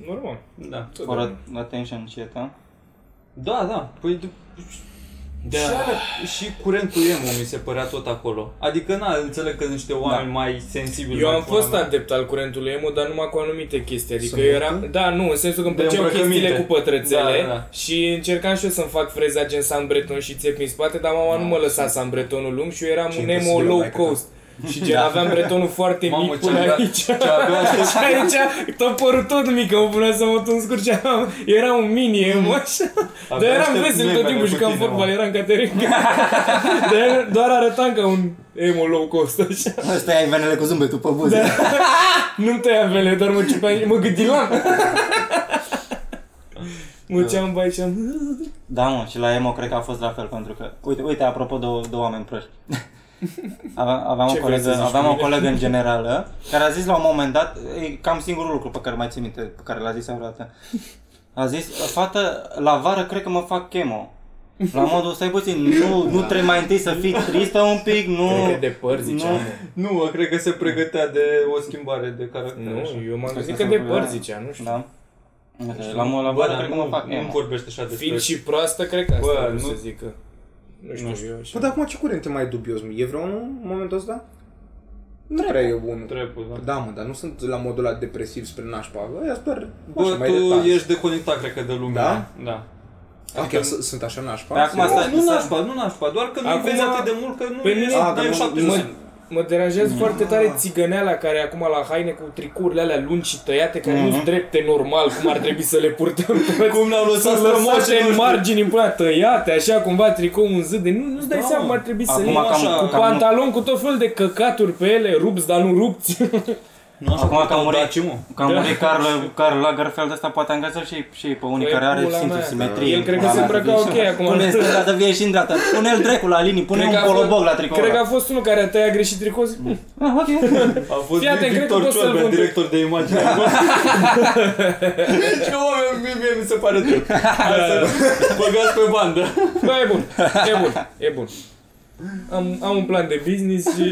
Speaker 1: Normal.
Speaker 4: Da.
Speaker 2: For attention și eta.
Speaker 4: Da, da. Păi, de...
Speaker 1: Da.
Speaker 4: Și, alea- și curentul emo mi se părea tot acolo. Adică, na, înțeleg că sunt niște oameni da. mai sensibili.
Speaker 1: Eu
Speaker 4: mai
Speaker 1: am fost
Speaker 4: pula mea.
Speaker 1: adept al curentului emo, dar numai cu anumite chestii. Adică
Speaker 3: Sunt
Speaker 1: eu eram... Da, nu, în sensul că îmi
Speaker 4: De
Speaker 1: plăceau
Speaker 4: îmbrăcăminte.
Speaker 1: chestiile cu pătrățele
Speaker 4: Da, da, da.
Speaker 1: și încercam și eu să-mi fac freza gen San Breton și țepi în spate, dar mama nu mă
Speaker 4: Da,
Speaker 1: lăsa San Bretonul lung și eu eram
Speaker 3: Ce
Speaker 1: un emo
Speaker 3: imposibil,
Speaker 1: low
Speaker 3: maică ta.
Speaker 1: cost.
Speaker 4: (laughs)
Speaker 1: Și gen aveam bretonul foarte
Speaker 4: Da. Mamă,
Speaker 1: mic
Speaker 4: ce
Speaker 1: până
Speaker 4: abia-
Speaker 1: aici. (laughs)
Speaker 4: ce abia aștept.
Speaker 1: Și aici tot părul tot mic, că mă punea să mă tun scurt și aveam- era un mini emo așa. Dar
Speaker 4: Abia
Speaker 1: eram
Speaker 4: Mm. aștept
Speaker 1: vesel tot
Speaker 4: memele
Speaker 1: timpul,
Speaker 4: cu
Speaker 1: jucam
Speaker 4: tine, mă.
Speaker 1: fotbal, eram Caterin. (laughs) Dar doar arătam ca un emo low cost așa.
Speaker 2: Ăsta ai venele cu zâmbetul pe buze. Da.
Speaker 1: Nu-mi tăia vele, doar mă ciupeam și mă gândilam. Mă ceam bai și am...
Speaker 2: da, mă, și la emo cred că a fost la fel, pentru că... Uite, uite apropo de, de oameni
Speaker 1: (laughs)
Speaker 2: proști. Aveam, aveam,
Speaker 1: Ce
Speaker 2: o
Speaker 1: vrei
Speaker 2: colegă,
Speaker 1: să zici
Speaker 2: aveam
Speaker 1: cu
Speaker 2: o
Speaker 1: mine?
Speaker 2: colegă
Speaker 1: (laughs)
Speaker 2: în generală care a zis la un moment dat, e cam singurul lucru pe care mai țin minte, pe care l-a zis vreodată. A zis, fată, la vară cred că mă fac chemo. La modul, stai puțin, nu, nu trebuie mai întâi să fii tristă un pic, nu...
Speaker 1: Cred că Da. de păr,
Speaker 2: nu,
Speaker 1: ziceam.
Speaker 4: Nu, mă, cred că se pregătea de o schimbare de caracter. așa.
Speaker 1: Nu, eu m-am
Speaker 2: Stai
Speaker 1: gândit
Speaker 2: să
Speaker 1: că de
Speaker 2: mă
Speaker 1: păr
Speaker 2: gândeam.
Speaker 1: zicea, nu știu.
Speaker 2: Da.
Speaker 1: Deci,
Speaker 2: La, la, la
Speaker 4: Bă,
Speaker 2: vară
Speaker 4: dar
Speaker 2: cred că mă fac
Speaker 4: nu, nu
Speaker 2: emo.
Speaker 4: vorbește așa despre...
Speaker 1: Fiind și proastă, cred că
Speaker 4: Bă,
Speaker 1: asta nu
Speaker 4: nu-
Speaker 1: să zică. Nu
Speaker 4: Nu
Speaker 1: știu, eu
Speaker 3: Bă,
Speaker 1: așa.
Speaker 3: dar acum ce curent e mai dubios? mă? E vreunul în momentul ăsta? Nu prea e unul.
Speaker 4: Trebuie, da.
Speaker 3: Da, mă, dar nu sunt la modul ăla depresiv spre nașpa. Ăia sunt doar așa,
Speaker 4: Bă,
Speaker 3: mai
Speaker 4: tu
Speaker 3: retarzi.
Speaker 4: ești deconectat, cred că, de lume.
Speaker 3: Da?
Speaker 4: Da.
Speaker 3: Ah,
Speaker 4: adică-
Speaker 3: chiar s- sunt așa nașpa?
Speaker 2: Pe acum
Speaker 3: Serios?
Speaker 2: asta-
Speaker 4: Nu, nu nașpa, nu nașpa, doar că nu
Speaker 1: Acum-
Speaker 4: vezi atât de mult că nu
Speaker 1: Păi nu
Speaker 4: ești,
Speaker 1: e-
Speaker 4: n-ai
Speaker 3: A, că
Speaker 4: o
Speaker 3: nu-
Speaker 4: șapte
Speaker 1: Mă,
Speaker 4: zi.
Speaker 1: mă deranjează foarte tare țigăneala care acum la haine cu tricurile alea lungi și tăiate, care nu sunt drepte normal, cum ar trebui să le purtăm toți.
Speaker 4: Cum ne-au lăsat
Speaker 1: Sunt
Speaker 4: să
Speaker 1: rămoșe în margini, în pula tăiate, așa cumva tricou un zid de... Nu, nu-ți dai
Speaker 4: Da,
Speaker 1: seama,
Speaker 4: mă.
Speaker 1: ar trebui să le
Speaker 2: Acum
Speaker 1: iei
Speaker 2: cam,
Speaker 4: așa,
Speaker 1: Cu
Speaker 2: cam,
Speaker 1: pantalon, cu tot felul de căcaturi pe ele, rupți, dar nu rupți.
Speaker 4: Nu așa
Speaker 2: Acum
Speaker 4: cum
Speaker 2: că a
Speaker 4: te-au
Speaker 2: murit.
Speaker 4: dat, ce, mă?
Speaker 2: Că am murit Carl, Carl Lagerfeld ăsta poate angaja și, și pe unii
Speaker 1: Păi,
Speaker 2: care are
Speaker 1: pula
Speaker 2: simțul
Speaker 1: mea.
Speaker 2: simetrie.
Speaker 1: El cred că
Speaker 2: Pula
Speaker 1: se
Speaker 2: mea,
Speaker 1: îmbrăca
Speaker 2: să
Speaker 1: ok
Speaker 2: fie și-
Speaker 1: acum.
Speaker 2: Pune stânga să fie și în dreapta. Pune-l dracu la linii, pune
Speaker 1: Cred
Speaker 2: un
Speaker 1: că a fost-
Speaker 2: colobog la tricou.
Speaker 1: Cred
Speaker 3: da.
Speaker 1: că a fost unul care a tăiat greșit tricou. zi, "Mm,
Speaker 2: Ah,
Speaker 1: (laughs)
Speaker 2: ok.
Speaker 4: A fost
Speaker 1: Fii atent, cred că
Speaker 4: Victor
Speaker 1: pot să-l
Speaker 4: Ciorbea,
Speaker 1: vând.
Speaker 4: director de
Speaker 1: (laughs)
Speaker 4: imagine. Ce oameni, mie, mie mi se pare trup.
Speaker 1: Da,
Speaker 4: Hai să băgați pe bandă.
Speaker 1: Bă, e bun, e bun, e bun. Am, am un plan de business și...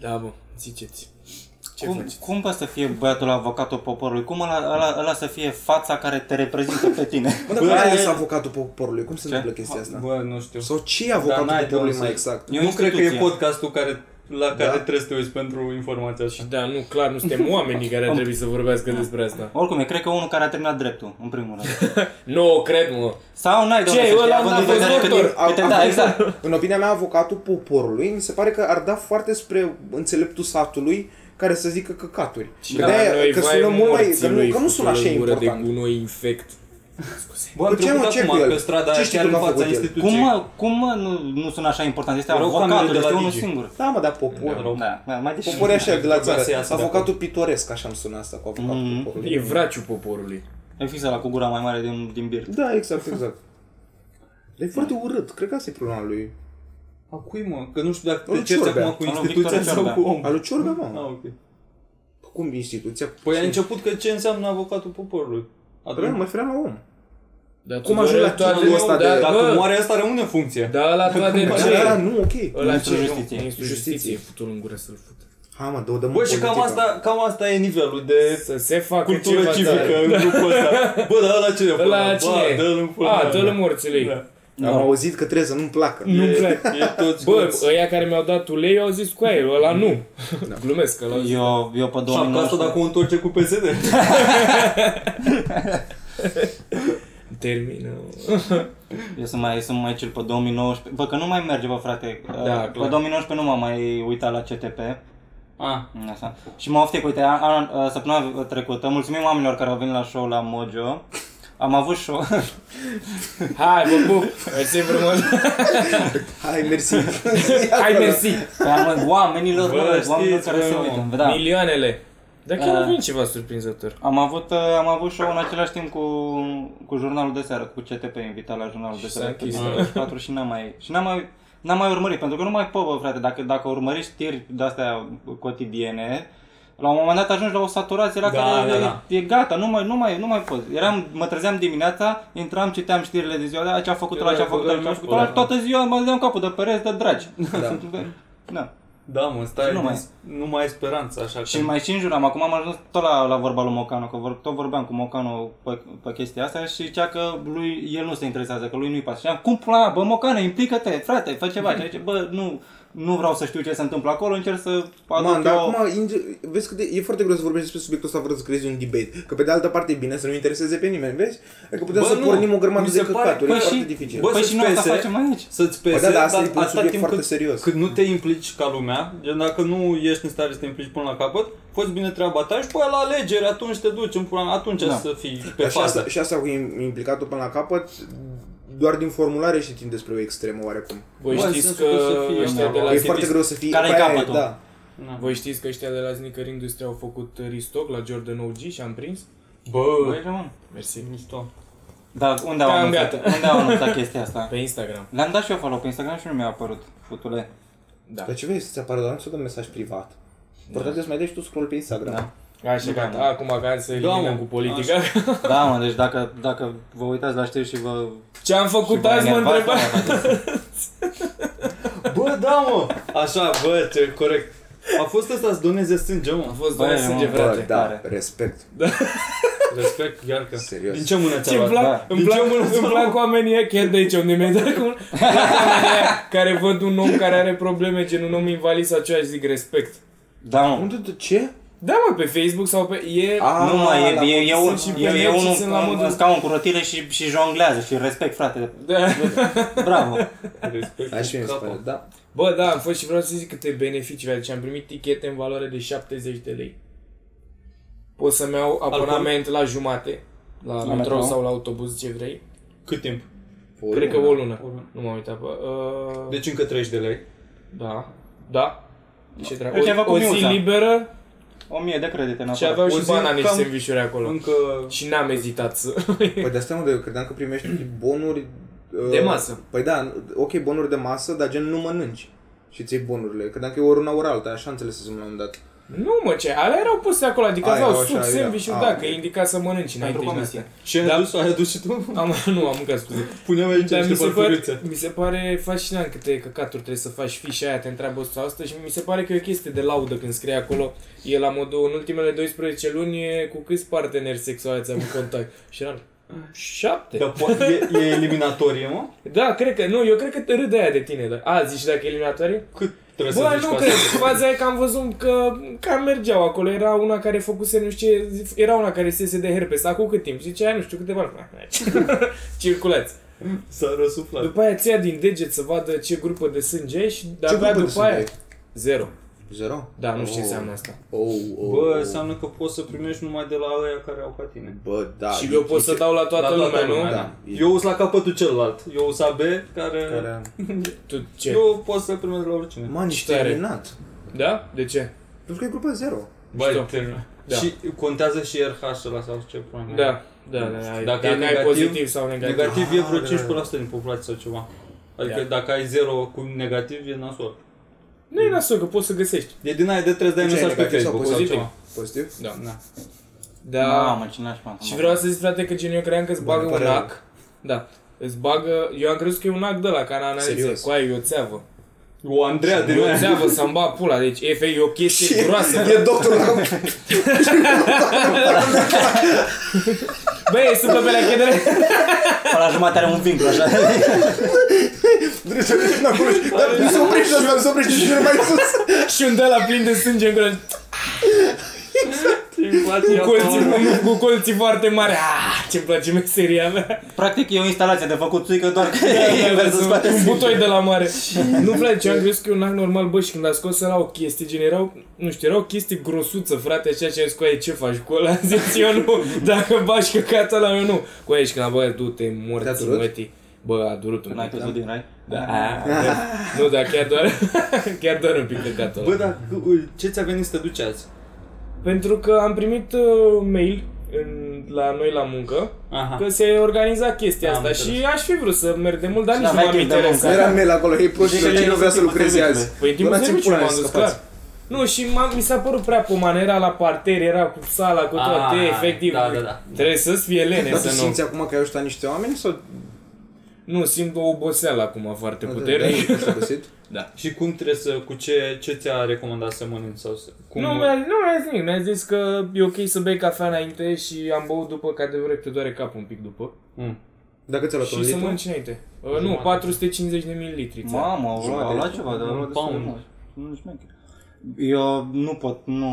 Speaker 1: da, bă, ziceți. Ce
Speaker 2: cum,
Speaker 1: faceți?
Speaker 2: cum poate să fie băiatul avocatul poporului? Cum ăla, ăla, ăla să fie fața care te reprezintă pe
Speaker 1: (laughs)
Speaker 2: tine?
Speaker 3: Bă, dar
Speaker 4: Bă,
Speaker 3: care
Speaker 4: e-
Speaker 3: este avocatul poporului? Cum se întâmplă chestia asta?
Speaker 4: Bă, nu știu.
Speaker 3: Sau ce e
Speaker 4: Dar
Speaker 3: avocatul
Speaker 4: n-ai de
Speaker 3: poporului
Speaker 4: unde
Speaker 3: mai
Speaker 4: să-
Speaker 3: exact?
Speaker 2: E o
Speaker 4: nu cred că e
Speaker 2: instituție.
Speaker 4: podcastul care, la care trebuie să te uiți pentru informația așa.
Speaker 1: Da, nu, clar, nu suntem oamenii care ar trebui să vorbească despre asta.
Speaker 2: Oricum, e cred că unul care a terminat dreptul, în primul rând.
Speaker 1: Nu, cred, mă.
Speaker 2: Sau n-ai de
Speaker 1: Ce,
Speaker 2: unde să știi,
Speaker 1: ăla
Speaker 2: având
Speaker 1: n-a
Speaker 2: în
Speaker 1: fost
Speaker 2: vedere cât e-
Speaker 1: doctor?
Speaker 3: A-
Speaker 2: cât e-
Speaker 3: a-
Speaker 2: Da, exact.
Speaker 3: În opinia mea, avocatul poporului mi se pare că ar da foarte spre înțeleptul satului care să zică căcaturi.
Speaker 1: Și
Speaker 3: Că,
Speaker 1: la
Speaker 3: de-aia,
Speaker 1: noi,
Speaker 3: că
Speaker 1: vai
Speaker 3: sună mult mai...
Speaker 1: morții
Speaker 3: Că nu,
Speaker 1: lui,
Speaker 3: că nu sună așa
Speaker 1: furtună în gură
Speaker 3: important.
Speaker 1: de gunoi infect. Scuze.
Speaker 4: Bă, am
Speaker 3: Bă, ce,
Speaker 4: trecut
Speaker 3: mă, ce cu
Speaker 4: acum
Speaker 3: el?
Speaker 4: pe strada
Speaker 3: Ce
Speaker 4: aia
Speaker 3: știi
Speaker 4: chiar
Speaker 3: tu
Speaker 4: în
Speaker 3: că a
Speaker 4: fața
Speaker 3: făcut el?
Speaker 4: instituției.
Speaker 2: Cum, mă, cum mă, nu, nu sună așa important? Este
Speaker 4: Erau camerele
Speaker 2: avocatul,
Speaker 4: de la
Speaker 2: este unul
Speaker 4: Digi.
Speaker 2: singur.
Speaker 3: Da, mă, dar popor.
Speaker 4: Da.
Speaker 2: Da, da, mai deși...
Speaker 3: Popor e așa de la
Speaker 4: Trebuia să
Speaker 3: țară.
Speaker 4: iasă de
Speaker 3: Avocatul pitoresc, așa am sunat asta cu avocatul
Speaker 2: Mhm.
Speaker 1: E
Speaker 3: poporului.
Speaker 1: vraciul poporului.
Speaker 2: E fix la cu gura mai mare din, din bir.
Speaker 3: Da, exact, exact. E
Speaker 4: Da.
Speaker 3: foarte urât, cred că asta e problema lui.
Speaker 4: A cui, mă? Că nu știu dacă
Speaker 3: Al
Speaker 4: te
Speaker 3: lui
Speaker 4: cerți
Speaker 3: Ciorbea.
Speaker 4: acum cu
Speaker 2: Al lui
Speaker 4: instituția
Speaker 2: Victor
Speaker 4: sau cu
Speaker 2: Ciorbea.
Speaker 4: om.
Speaker 3: Al lui Ciorga,
Speaker 4: Ah,
Speaker 3: mă.
Speaker 4: ok.
Speaker 3: Cum instituția?
Speaker 4: Păi a început că ce înseamnă avocatul poporului.
Speaker 3: Păi, mă
Speaker 4: Atunci,
Speaker 3: refeream la om.
Speaker 1: Dar
Speaker 3: Cum
Speaker 1: tu
Speaker 3: ajungi
Speaker 1: doar
Speaker 3: la
Speaker 1: toate-
Speaker 3: titlul ăsta
Speaker 1: da,
Speaker 3: de-
Speaker 1: bă,
Speaker 4: dacă moare asta rămâne în funcție.
Speaker 1: Da, la toate
Speaker 3: Da,
Speaker 1: ce?
Speaker 3: da, da, nu, ok.
Speaker 1: Ăla
Speaker 2: Ministrul
Speaker 1: ce?
Speaker 2: Justiției.
Speaker 1: Ministrul Justiției.
Speaker 3: Justiției.
Speaker 1: Futul în gură să-l fut.
Speaker 3: Hai mă, dă-o dăm
Speaker 4: Bă, și cam asta, cam asta e nivelul de
Speaker 1: Să se facă
Speaker 4: cultură
Speaker 1: ceva,
Speaker 4: civică în grupul ăsta. Bă, dar ăla ce e?
Speaker 1: Da. Ăla cine
Speaker 4: Bă,
Speaker 1: e?
Speaker 4: dă-l în pula
Speaker 1: A,
Speaker 4: mea.
Speaker 1: dă-l în morții lui.
Speaker 4: Da.
Speaker 3: Am auzit că trebuie să nu-mi placă.
Speaker 1: Nu-mi
Speaker 4: E-
Speaker 1: place.
Speaker 4: E toți
Speaker 1: Bă,
Speaker 4: Bă,
Speaker 1: ăia care mi-au dat ulei au zis cu aia, ăla nu.
Speaker 4: (laughs) Da.
Speaker 1: Glumesc, ăla
Speaker 2: Eu, eu pe
Speaker 4: Șapca asta
Speaker 2: 2019...
Speaker 4: dacă o întorce cu PSD.
Speaker 1: termină.
Speaker 2: Eu sunt mai, sunt mai cel pe 2019. Bă, că nu mai merge, bă, frate.
Speaker 4: Da,
Speaker 1: clar.
Speaker 2: pe 2019 nu m-am mai uitat la CTP.
Speaker 4: A,
Speaker 2: Asta. Și mă oftic, uite, an, an, săptămâna trecută, mulțumim oamenilor care au venit la show la Mojo. Am avut show.
Speaker 4: (laughs)
Speaker 1: Hai, vă pup! Mersi frumos!
Speaker 3: Hai,
Speaker 4: (laughs)
Speaker 3: mersi.
Speaker 1: Hai, mersi!
Speaker 2: Păi am- oamenilor,
Speaker 4: Bă,
Speaker 2: bă,
Speaker 4: știți,
Speaker 2: oamenilor care
Speaker 4: bă,
Speaker 2: se
Speaker 4: mă.
Speaker 2: uită. Da.
Speaker 1: Milioanele! Dar chiar
Speaker 2: A.
Speaker 1: a venit ceva surprinzător.
Speaker 2: Am avut, uh, am avut show în același timp cu, cu jurnalul de seară, cu CTP invitat la jurnalul de
Speaker 1: s-a
Speaker 2: seară.
Speaker 1: închis.
Speaker 2: Pe 24 și n-am mai, și n-am mai, n-am mai urmărit, pentru că nu mai pot, bă, frate, dacă, dacă urmărești știri de-astea cotidiene, la un moment dat ajungi la o saturație la
Speaker 4: Da,
Speaker 2: care
Speaker 4: da,
Speaker 2: e,
Speaker 4: da.
Speaker 2: e, gata, nu mai, nu mai, nu mai pot. Eram, mă trezeam dimineața, intram, citeam știrile de ziua, da, ce a făcut ăla, ce a făcut ăla, ce a făcut ăla, și toată ziua mă dădeam capul de pereți, de dragi.
Speaker 3: Da.
Speaker 2: (laughs) Da.
Speaker 4: da, mă, stai,
Speaker 2: Nu
Speaker 4: nu
Speaker 2: mai-
Speaker 4: mai, nu mai ai speranță, așa
Speaker 2: Și mai și înjuram, acum am ajuns tot la, la vorba lui Mocanu, că vor, tot vorbeam cu Mocanu pe, pe chestia asta și cea că lui, el nu se interesează, că lui nu-i pasă. Și am, cum pula mea, bă Mocanu, implică-te, frate, fă ceva. Și zice, bă, nu, nu vreau să știu ce se întâmplă acolo, încerc să
Speaker 3: Man,
Speaker 2: aduc
Speaker 3: dar
Speaker 2: eu...
Speaker 3: acum, inge- vezi că de, e foarte greu să vorbești despre subiectul ăsta fără să creezi un debate. Că pe de altă parte e bine să nu intereseze pe nimeni, vezi? Adică putem
Speaker 4: Bă,
Speaker 3: să
Speaker 4: nu,
Speaker 3: pornim o grămadă
Speaker 4: mi
Speaker 3: de
Speaker 4: se pare-
Speaker 3: căcaturi, e
Speaker 2: Păi
Speaker 3: foarte
Speaker 2: și-
Speaker 3: dificil.
Speaker 4: Bă,
Speaker 2: Păi
Speaker 4: să-ți
Speaker 2: și noi asta
Speaker 4: pese,
Speaker 2: facem aici.
Speaker 4: Să-ți
Speaker 3: Păi
Speaker 4: pese,
Speaker 3: da, dar asta
Speaker 4: dar
Speaker 3: e un
Speaker 4: atâta
Speaker 3: subiect
Speaker 4: timp
Speaker 3: foarte
Speaker 4: cât,
Speaker 3: serios.
Speaker 4: cât nu te implici ca lumea, gen dacă nu ești în stare să te implici până la capăt, faci bine treaba ta și pe aia la alegeri, atunci te duci în pula, atunci
Speaker 2: Da.
Speaker 4: să fii pe
Speaker 3: Dar și,
Speaker 4: fază.
Speaker 3: asta, și asta cu im- implicatul până la capăt, doar din formulare și timp despre o extremă oarecum.
Speaker 1: Voi
Speaker 4: Bă, în
Speaker 1: știți
Speaker 4: sensul
Speaker 1: că
Speaker 4: că să fie
Speaker 1: ăștia de
Speaker 4: normal.
Speaker 1: la
Speaker 3: e
Speaker 1: Zidis-
Speaker 3: foarte greu să fii...
Speaker 2: Care-i
Speaker 3: pe aia e,
Speaker 2: capătul?
Speaker 3: Da.
Speaker 4: Na.
Speaker 1: Voi știți că ăștia de la Sneaker Industry au făcut uh, restock la Jordan OG și am prins?
Speaker 4: Bă,
Speaker 2: Băi, rămân.
Speaker 1: Mersi.
Speaker 4: mișto.
Speaker 2: Dar unde au
Speaker 1: Cam
Speaker 2: anunțat,
Speaker 1: gata.
Speaker 2: unde au anunțat chestia asta?
Speaker 1: Pe Instagram.
Speaker 2: Le-am dat și eu follow pe Instagram și nu mi-a apărut, futule.
Speaker 1: Da.
Speaker 3: Dar ce vrei să-ți apară doar să dăm mesaj privat? Important e să mai dai și tu scroll pe Instagram.
Speaker 2: Da.
Speaker 1: Așa, gata. Acum ca să eliminăm
Speaker 4: mă.
Speaker 1: cu politica.
Speaker 2: Da, mă, deci dacă, dacă vă uitați la știri și vă...
Speaker 1: Ce am
Speaker 2: și
Speaker 1: făcut
Speaker 2: vă
Speaker 1: azi, mă
Speaker 2: enervați,
Speaker 1: întreba?
Speaker 2: aia faceți.
Speaker 4: Bă, da, mă! Așa, bă, ce corect. A fost ăsta să doneze sânge,
Speaker 1: A
Speaker 4: mă.
Speaker 1: fost
Speaker 2: Băi,
Speaker 1: doar
Speaker 2: mă,
Speaker 1: sânge,
Speaker 2: bă,
Speaker 1: frate.
Speaker 3: Bă, da,
Speaker 2: Tare.
Speaker 3: respect.
Speaker 4: Respect, iar că.
Speaker 3: Serios.
Speaker 4: Da. Din ce mână
Speaker 1: Ce
Speaker 4: ți-a
Speaker 1: îmi
Speaker 4: luat?
Speaker 1: plac,
Speaker 4: Da.
Speaker 1: îmi
Speaker 4: Din ce
Speaker 1: plac,
Speaker 4: mână ți-a
Speaker 1: îmi
Speaker 4: luat?
Speaker 1: plac oamenii ăia, chiar de aici unde mi-ai dat acum. Îmi plac oamenii ăia care văd un om care are probleme, gen un om invalid sau ceva și zic respect.
Speaker 2: Da, mă.
Speaker 3: Unde, de ce?
Speaker 1: Da, mă, pe Facebook sau pe... E...
Speaker 3: A,
Speaker 2: Nu mai
Speaker 3: la-
Speaker 2: e, e, e, un,
Speaker 1: sunt și
Speaker 2: e, e
Speaker 1: băieți și
Speaker 2: unul
Speaker 1: sunt la
Speaker 2: în,
Speaker 1: modul-
Speaker 2: în scaun cu rotile și, și jonglează și respect, frate.
Speaker 1: Da.
Speaker 2: Bravo.
Speaker 4: Da, Respect,
Speaker 3: Așa mi se
Speaker 4: capă.
Speaker 3: pare, da.
Speaker 1: Bă, da, am fost și vreau să zic câte beneficii, adică am primit tichete în valoare de 70 de lei. Pot să-mi iau abonament la jumate, la, metrou,
Speaker 2: metrou?
Speaker 1: sau la autobuz, ce vrei.
Speaker 4: Cât timp?
Speaker 1: Cred
Speaker 3: da. Păi
Speaker 1: că o lună.
Speaker 4: O lună.
Speaker 1: Nu m-am uitat, bă. Uh,
Speaker 4: Deci încă 30 de lei.
Speaker 1: Da, da. Ce
Speaker 2: Eu
Speaker 1: trebuie?
Speaker 2: ce-am
Speaker 1: O,
Speaker 2: Deci făcut
Speaker 1: o zi
Speaker 2: miuța.
Speaker 1: liberă
Speaker 2: O mie de credite în
Speaker 1: și
Speaker 2: afară.
Speaker 1: aveau
Speaker 4: O
Speaker 1: și
Speaker 4: zi
Speaker 1: banane și
Speaker 4: cam-
Speaker 1: sandvișuri acolo.
Speaker 4: Încă...
Speaker 1: Și n-am ezitat să... (laughs)
Speaker 3: Păi de asta mă, eu credeam că primești bonuri... uh,
Speaker 1: De masă.
Speaker 3: Păi da, ok, bonuri de masă, dar gen nu mănânci. Și ți bonurile. Credeam că e ori una, ori alta, așa înțelesesem la un moment dat.
Speaker 1: Nu mă, ce, alea erau puse acolo, adică
Speaker 3: Aia,
Speaker 1: aveau
Speaker 3: așa,
Speaker 1: suc,
Speaker 3: era.
Speaker 1: sandvișuri,
Speaker 3: Ah,
Speaker 1: da,
Speaker 3: ok.
Speaker 1: că indica să mănânci înainte
Speaker 2: Pentru
Speaker 1: și din astea.
Speaker 2: comisie.
Speaker 4: Ce ai
Speaker 1: Da.
Speaker 4: adus? Ai adus și tu?
Speaker 1: Am, (laughs) nu, am mâncat, scuze.
Speaker 4: Punem aici
Speaker 1: Dar Da, mi
Speaker 4: niște
Speaker 1: se, pare,
Speaker 4: bărfurițe.
Speaker 1: mi se pare fascinant câte căcaturi trebuie să faci fișa aia, te întreabă sau asta și mi se pare că e o chestie de laudă când scrie acolo. E la modul, în ultimele 12 luni, e cu câți parteneri sexuali ați avut contact? Și eram,
Speaker 3: Da,
Speaker 1: șapte.
Speaker 4: Dar poate e, e eliminatorie, mă?
Speaker 1: Da, cred că, nu, eu cred că te râde aia de tine. Dar... A, zici dacă e eliminatorie?
Speaker 4: Cât trebuie
Speaker 1: Bă,
Speaker 4: să zici
Speaker 1: nu
Speaker 4: ca
Speaker 1: cred,
Speaker 4: să-
Speaker 1: faza e că am văzut că cam mergeau acolo, era una care făcuse, nu știu ce, era una care se de herpes, acum cât timp? Zicea, nu știu, câteva luni. (laughs) Circulați.
Speaker 4: S-a răsuflat.
Speaker 1: După aia ți ia din deget să vadă ce grupă de sânge ești, dar
Speaker 3: Ce
Speaker 1: abia
Speaker 3: grupă de
Speaker 1: după aia...
Speaker 3: sânge
Speaker 1: Zero.
Speaker 3: Zero?
Speaker 1: Da, nu știu ce înseamnă asta.
Speaker 3: Oh, oh.
Speaker 4: Bă, înseamnă că poți să primești numai de la aia care au ca tine.
Speaker 3: Bă, da.
Speaker 1: și
Speaker 3: e-
Speaker 1: eu pot
Speaker 3: e-
Speaker 1: să dau la toată
Speaker 4: La
Speaker 1: lumea, nu?
Speaker 3: Da.
Speaker 4: Da. Eu sunt la capătul celălalt. Eu sunt AB, care...
Speaker 3: Care...
Speaker 1: (laughs) Tu ce?
Speaker 4: Eu pot să primesc la oricine.
Speaker 3: Man, ești
Speaker 1: Tare.
Speaker 3: terminat.
Speaker 1: Da? De ce?
Speaker 3: Pentru că e grupa 0.
Speaker 1: Știu.
Speaker 4: Băi, termină.
Speaker 1: Da.
Speaker 4: Și contează și RH ăla sau ce pune.
Speaker 1: Da. Da, da, da.
Speaker 4: Dacă
Speaker 1: Dacă
Speaker 4: e
Speaker 1: e
Speaker 4: negativ-
Speaker 1: pozitiv sau negativ.
Speaker 4: Negativ e vreo
Speaker 3: da,
Speaker 4: 15% din populație sau ceva. Adică
Speaker 1: Da.
Speaker 4: dacă ai 0 cu negativ, e nasol.
Speaker 1: Nu e nasol, că poți să găsești.
Speaker 4: E din aia de trebuie să dai
Speaker 3: Ce ai
Speaker 4: mesaj pe
Speaker 3: negativ sau
Speaker 4: Facebook sau
Speaker 1: pozitiv?
Speaker 4: ceva.
Speaker 1: (laughs)
Speaker 3: Pozitiv?
Speaker 1: Da.
Speaker 4: Da.
Speaker 1: Da.
Speaker 2: Mamă, ce nașpa.
Speaker 1: Și vreau să zic, frate, că gen eu cream că îți
Speaker 3: Bă,
Speaker 1: bagă
Speaker 3: îmi
Speaker 1: un
Speaker 3: pare rău.
Speaker 1: ac. Da. Îți bagă... Eu am crezut că e un ac de la care analize.
Speaker 3: Serios?
Speaker 1: Cu aia e o țeavă.
Speaker 4: O Andreea din
Speaker 1: E o
Speaker 4: aia.
Speaker 1: țeavă să-mi bag pula. Deci, efect, e o chestie groasă.
Speaker 3: E doctorul la
Speaker 1: Bă, e suplă pe la chedere.
Speaker 3: (laughs)
Speaker 2: La jumătate are un vincul așa.
Speaker 1: (laughs)
Speaker 3: Trebuie să mergem acolo și... (laughs) Dar nu se oprește așa, nu se oprește și mai sus.
Speaker 1: Și un de la plin de sânge în gură.
Speaker 4: Îmi place
Speaker 1: Cu
Speaker 4: asta,
Speaker 1: colții,
Speaker 4: mă.
Speaker 1: cu, cu colții foarte mari. Ah, ce-mi place meseria mea.
Speaker 2: Practic e o instalație de făcut țuică doar că
Speaker 1: Da,
Speaker 2: e
Speaker 1: da,
Speaker 2: invers în
Speaker 1: sunt
Speaker 2: spate.
Speaker 1: Un butoi de la mare. nu place, am crezut că e un act normal, bă, și când a scos ăla o chestie, gen erau, nu știu, erau chestii grosuță, frate, așa ce ai zis, cu aia, ce faci cu ăla? (laughs) Am Zis eu nu, dacă bași căcatul ăla, eu nu. Cu aia și când a băiat, du-te,
Speaker 3: Te-a
Speaker 1: morți,
Speaker 3: durut?
Speaker 1: mătii. Bă, a durut un
Speaker 2: N-ai
Speaker 1: pic.
Speaker 2: căzut din rai?
Speaker 1: Da. Nu, dar chiar doar, (laughs) chiar doar un pic căcatul ăla.
Speaker 4: Bă, dar cu- ce ți-a venit să te duci azi?
Speaker 1: Pentru că am primit uh, mail în, la noi la muncă
Speaker 4: Aha.
Speaker 1: că se organiza chestia
Speaker 4: Ah. Am
Speaker 1: asta
Speaker 4: înțeles.
Speaker 1: și aș fi vrut să merg de mult, dar
Speaker 2: Și
Speaker 1: nici nu
Speaker 2: n-aveai
Speaker 1: m-am
Speaker 2: chef de
Speaker 1: interesat.
Speaker 2: muncă.
Speaker 3: Era mail acolo, hei proștilor,
Speaker 2: Deci,
Speaker 3: cine nu vrea să
Speaker 2: timpul
Speaker 3: lucreze azi?
Speaker 2: serviciului.
Speaker 1: Păi în timpul
Speaker 3: Luați-mi
Speaker 1: serviciu
Speaker 3: pula,
Speaker 1: m-am dus,
Speaker 3: scăpați.
Speaker 1: clar. Nu, și m-a, mi s-a părut prea pomană, era la parter, era cu sala, cu
Speaker 4: Ah,
Speaker 1: toate, efectiv.
Speaker 4: da, da, da.
Speaker 1: Trebuie să-ți fie lene
Speaker 3: Dar tu
Speaker 1: să nu...
Speaker 3: simți acum că ai ajutat niște oameni sau...
Speaker 1: Nu, simt o oboseală acum foarte
Speaker 3: Da,
Speaker 1: puternic.
Speaker 3: nu ești obosit?
Speaker 4: Și cum trebuie să, cu ce, ce ți-a recomandat să mănânci sau să, cum...
Speaker 1: (laughs) Nu, mi-a, nu mi-a zis nimic, mi-a zis că e ok să bei cafea înainte și am băut după, că adevărat te doare capul un pic după.
Speaker 4: Mm.
Speaker 3: Dacă ți-a luat un
Speaker 1: Și să
Speaker 3: litru?
Speaker 1: mănânci înainte. Uh, nu, 450 de mililitri. ți-a.
Speaker 2: Mamă, au luat-
Speaker 3: Jumătate.
Speaker 2: au luat ceva, dar au luat destul de
Speaker 4: Pound.
Speaker 2: mult. Nu șmecher. Eu nu pot, nu,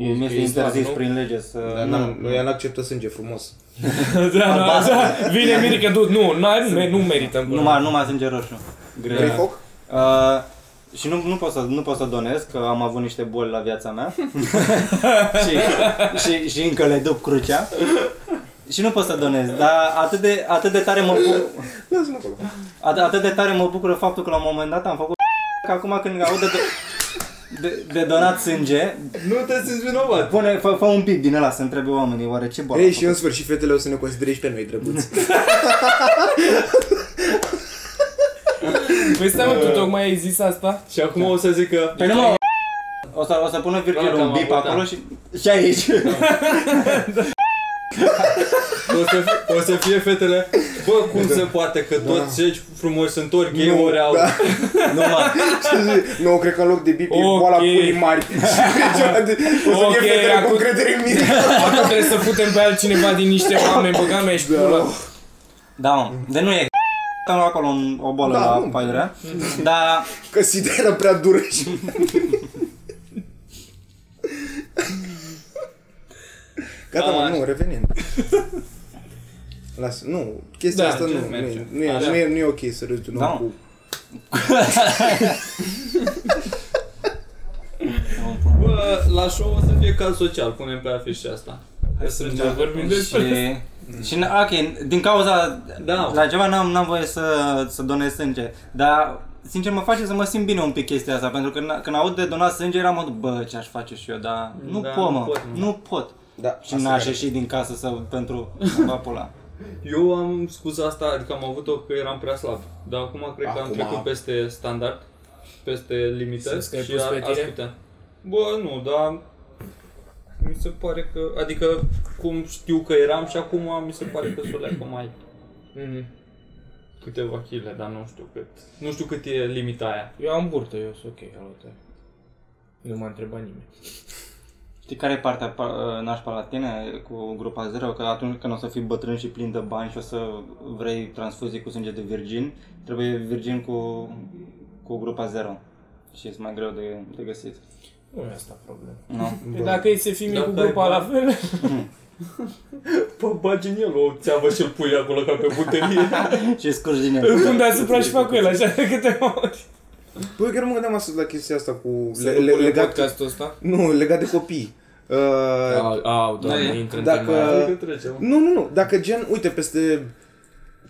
Speaker 1: E-
Speaker 2: mi este
Speaker 1: e slab,
Speaker 2: interzis
Speaker 1: nu?
Speaker 2: prin lege să...
Speaker 3: Dar Da, nu, nu, el acceptă sânge frumos.
Speaker 1: (laughs) da, da, da, vine Mirica, du, nu, n-ai- nu, nu merităm. până la
Speaker 2: Numai, numai sânge roșu. Greu.
Speaker 3: Vrei foc?
Speaker 2: Uh, și nu, nu, pot să, nu pot să donez, că am avut niște boli la viața mea (laughs) și, și, și încă le duc crucea și nu pot să donez, dar atât de, atât de tare mă bucur,
Speaker 3: Lasă-mă acolo.
Speaker 2: atât, atât de tare mă bucură faptul că la un moment dat am făcut (laughs) că acum când aud de, de, de donat sânge,
Speaker 4: Nu te simți vinovat.
Speaker 2: pune, fă, fă un pic din ăla să întrebe oamenii oare ce boală
Speaker 3: Ei, și în sfârșit fetele o să ne considere și pe noi drăguți.
Speaker 1: Păi stai mă, tu tocmai ai zis asta?
Speaker 4: Și acum o să zic că...
Speaker 2: Păi nu mă, o să, o să pună virgulă
Speaker 4: Gata,
Speaker 2: un
Speaker 4: am
Speaker 2: bip
Speaker 4: avut,
Speaker 2: acolo
Speaker 4: da.
Speaker 2: și, și aici.
Speaker 4: O să, fie, o să fie fetele Bă, cum se poate că toți cei frumoși sunt ori gay,
Speaker 3: Da. Nu,
Speaker 4: ori au
Speaker 3: da.
Speaker 2: nu mă,
Speaker 3: (laughs) nu, cred că în loc de bip e boala
Speaker 1: Ok.
Speaker 3: puii
Speaker 1: (laughs)
Speaker 3: mari. Și cred că o să
Speaker 1: Ok,
Speaker 3: fie fetele cu
Speaker 1: acum-
Speaker 3: încredere în mine.
Speaker 1: (laughs) Acum trebuie să putem pe altcineva din niște oameni, băga mea, ești pula.
Speaker 2: Da, mă. De nu e am luat acolo un, o bolă
Speaker 3: Da,
Speaker 2: da, la
Speaker 3: nu.
Speaker 2: paiurea. Dar
Speaker 3: Că sida era prea dură
Speaker 1: (laughs)
Speaker 3: și... Gata, mă,
Speaker 4: Am
Speaker 3: nu, revenind. Lasă, nu, chestia
Speaker 1: Da,
Speaker 3: asta nu,
Speaker 4: merge,
Speaker 3: nu,
Speaker 4: merge.
Speaker 3: e, nu, e,
Speaker 4: Așa.
Speaker 3: nu, e, nu e ok să râzi din
Speaker 2: Da,
Speaker 3: nou
Speaker 2: mă.
Speaker 3: cu...
Speaker 4: Bă, la show o să fie caz social, punem pe afiș și asta. Hai să
Speaker 1: Da, vorbim despre asta.
Speaker 2: și, și n- ok, din cauza
Speaker 4: Da.
Speaker 2: la ceva n-am, n-am voie să, să donez sânge, dar sincer mă face să mă simt bine un pic chestia asta, pentru că n- când aud de donat sânge eram modul, bă, ce aș face și eu, dar nu
Speaker 4: Da,
Speaker 2: pot,
Speaker 4: nu
Speaker 2: mă,
Speaker 4: pot, mă.
Speaker 2: nu pot.
Speaker 3: Da,
Speaker 2: Și
Speaker 3: asta
Speaker 2: n-aș
Speaker 3: e.
Speaker 2: ieși din casă să,
Speaker 4: (laughs)
Speaker 2: pentru a pula.
Speaker 4: Eu am scuza asta, adică am avut-o că eram prea slab. Dar acum cred că am
Speaker 3: Acum-
Speaker 4: trecut peste standard, peste limită
Speaker 1: Simți că ai
Speaker 4: și
Speaker 1: pus pe
Speaker 4: a, aș
Speaker 1: tine?
Speaker 4: putea. Bă, nu, dar mi se pare că, adică cum știu că eram și acum mi se pare că s-o leacă mai
Speaker 1: Mhm.
Speaker 4: câteva chile, dar nu știu cât. Nu știu cât e limita aia.
Speaker 1: Eu am burtă, eu sunt ok, alături. Nu m-a întrebat nimeni.
Speaker 2: Știi care e partea pa- ă, nașpa la tine cu grupa 0? Că atunci când o să fii bătrân și plin de bani și o să vrei transfuzii cu sânge de virgin, trebuie virgin cu, cu grupa 0. Și e mai greu de, de găsit. (laughs)
Speaker 1: Nu e asta problema.
Speaker 2: Nu?
Speaker 1: Că Dacă e să fii mic
Speaker 4: Dacă
Speaker 1: cu
Speaker 4: ai
Speaker 1: grupa la
Speaker 4: bani.
Speaker 1: fel,
Speaker 4: Bă, bagi în el o țeavă și-l pui acolo (laughs) ca pe butelie.
Speaker 2: și scurgi din
Speaker 1: îl
Speaker 2: el.
Speaker 1: pun deasupra și fac cu el așa de câte ori.
Speaker 3: Păi eu chiar mă gândeam astăzi la chestia asta cu
Speaker 1: Să
Speaker 3: le,
Speaker 1: le,
Speaker 3: le, legat,
Speaker 1: podcastul ăsta?
Speaker 3: nu, legat de copii. Uh,
Speaker 1: Au, au,
Speaker 4: Da,
Speaker 1: doamne, intră
Speaker 3: dacă-
Speaker 1: în tema aia.
Speaker 4: Adică trecem.
Speaker 3: Nu, nu, nu. Dacă gen, uite, peste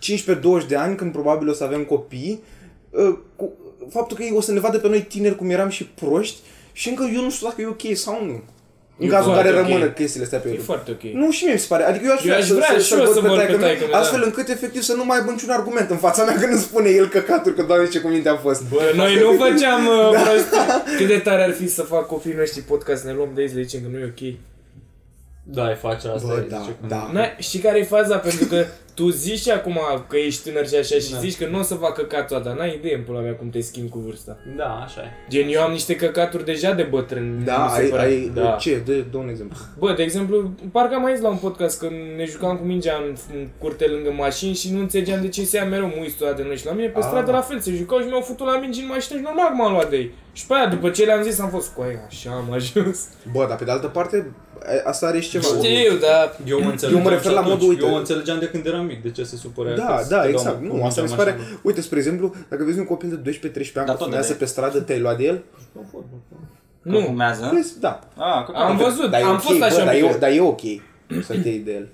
Speaker 3: 15-20 de ani, când probabil o să avem copii, uh, cu faptul că ei o să ne vadă pe noi tineri cum eram și proști și încă eu nu știu dacă e ok sau nu. În
Speaker 1: E
Speaker 3: cazul în
Speaker 1: foarte
Speaker 3: care
Speaker 1: ok.
Speaker 3: rămână chestiile astea pe
Speaker 1: E
Speaker 3: YouTube.
Speaker 1: foarte ok.
Speaker 3: Nu, și mie mi se pare. Adică eu aș
Speaker 1: Eu aș vrea și eu
Speaker 3: văd
Speaker 1: să
Speaker 3: pe
Speaker 1: văd pe
Speaker 3: taică-meu,
Speaker 1: taică-meu, da.
Speaker 3: Astfel încât efectiv să nu mai aibă niciun argument în fața mea când îmi spune el căcaturi că doamne ce cuvinte am fost.
Speaker 1: Bă, noi nu făceam uh, prostii. Cât de tare ar fi să fac copiii noștri podcast, ne luăm de aici, le zicem că nu e ok.
Speaker 4: Da, ai face asta.
Speaker 3: Bă,
Speaker 4: e,
Speaker 3: da,
Speaker 4: zice,
Speaker 3: da.
Speaker 1: Na, știi care e faza? Pentru că tu zici și acum că ești tânăr și așa și
Speaker 4: Da.
Speaker 1: zici că nu o să fac căcatul dar n-ai idee în pula mea cum te schimbi cu vârsta.
Speaker 4: Da, așa e.
Speaker 1: Gen, eu am niște căcaturi deja de bătrân.
Speaker 3: Da,
Speaker 1: mi se
Speaker 3: ai,
Speaker 1: pare.
Speaker 3: ai
Speaker 1: da.
Speaker 3: ce? De, dă un exemplu.
Speaker 1: Bă, de exemplu, parcă am mai zis la un podcast că ne jucam cu mingea în, în curte lângă mașini și nu înțelegeam de ce se ia mereu muistul ăla de noi și la mine pe
Speaker 3: Ah.
Speaker 1: stradă la fel se jucau și mi-au făcut la mingi în mașină și normal că m-am luat de ei. Și pe aia, după ce le-am zis, am fost cu aia, așa am ajuns.
Speaker 3: Bă, dar pe de altă parte, a- asta are și ceva.
Speaker 1: (laughs) Știu, dar
Speaker 4: Eu mă înțelegeam
Speaker 3: mă refer
Speaker 4: și
Speaker 3: la
Speaker 4: atunci.
Speaker 3: modul, uite.
Speaker 4: Eu o înțelegeam de când eram mic, de ce se supărea.
Speaker 3: Da,
Speaker 4: că
Speaker 3: da,
Speaker 4: stăteam
Speaker 3: exact.
Speaker 4: cu
Speaker 3: Nu,
Speaker 4: mingea
Speaker 3: asta mi se
Speaker 4: în
Speaker 3: pare...
Speaker 4: mașină.
Speaker 3: Uite, spre exemplu, dacă vezi un copil de 12-13 ani
Speaker 2: Da,
Speaker 3: da,
Speaker 2: tot
Speaker 3: fumează
Speaker 2: de-
Speaker 3: pe stradă, te-ai luat de el?
Speaker 4: Nu pot, nu pot.
Speaker 2: Nu.
Speaker 1: nu.
Speaker 2: fumează?
Speaker 3: Vezi? Da.
Speaker 2: Ah, că
Speaker 1: Am văzut,
Speaker 3: Dar e
Speaker 1: am
Speaker 3: ok,
Speaker 1: fost
Speaker 3: bă,
Speaker 1: așa
Speaker 3: dar,
Speaker 1: un
Speaker 3: e, da,
Speaker 1: pic.
Speaker 3: dar e ok să te iei de el.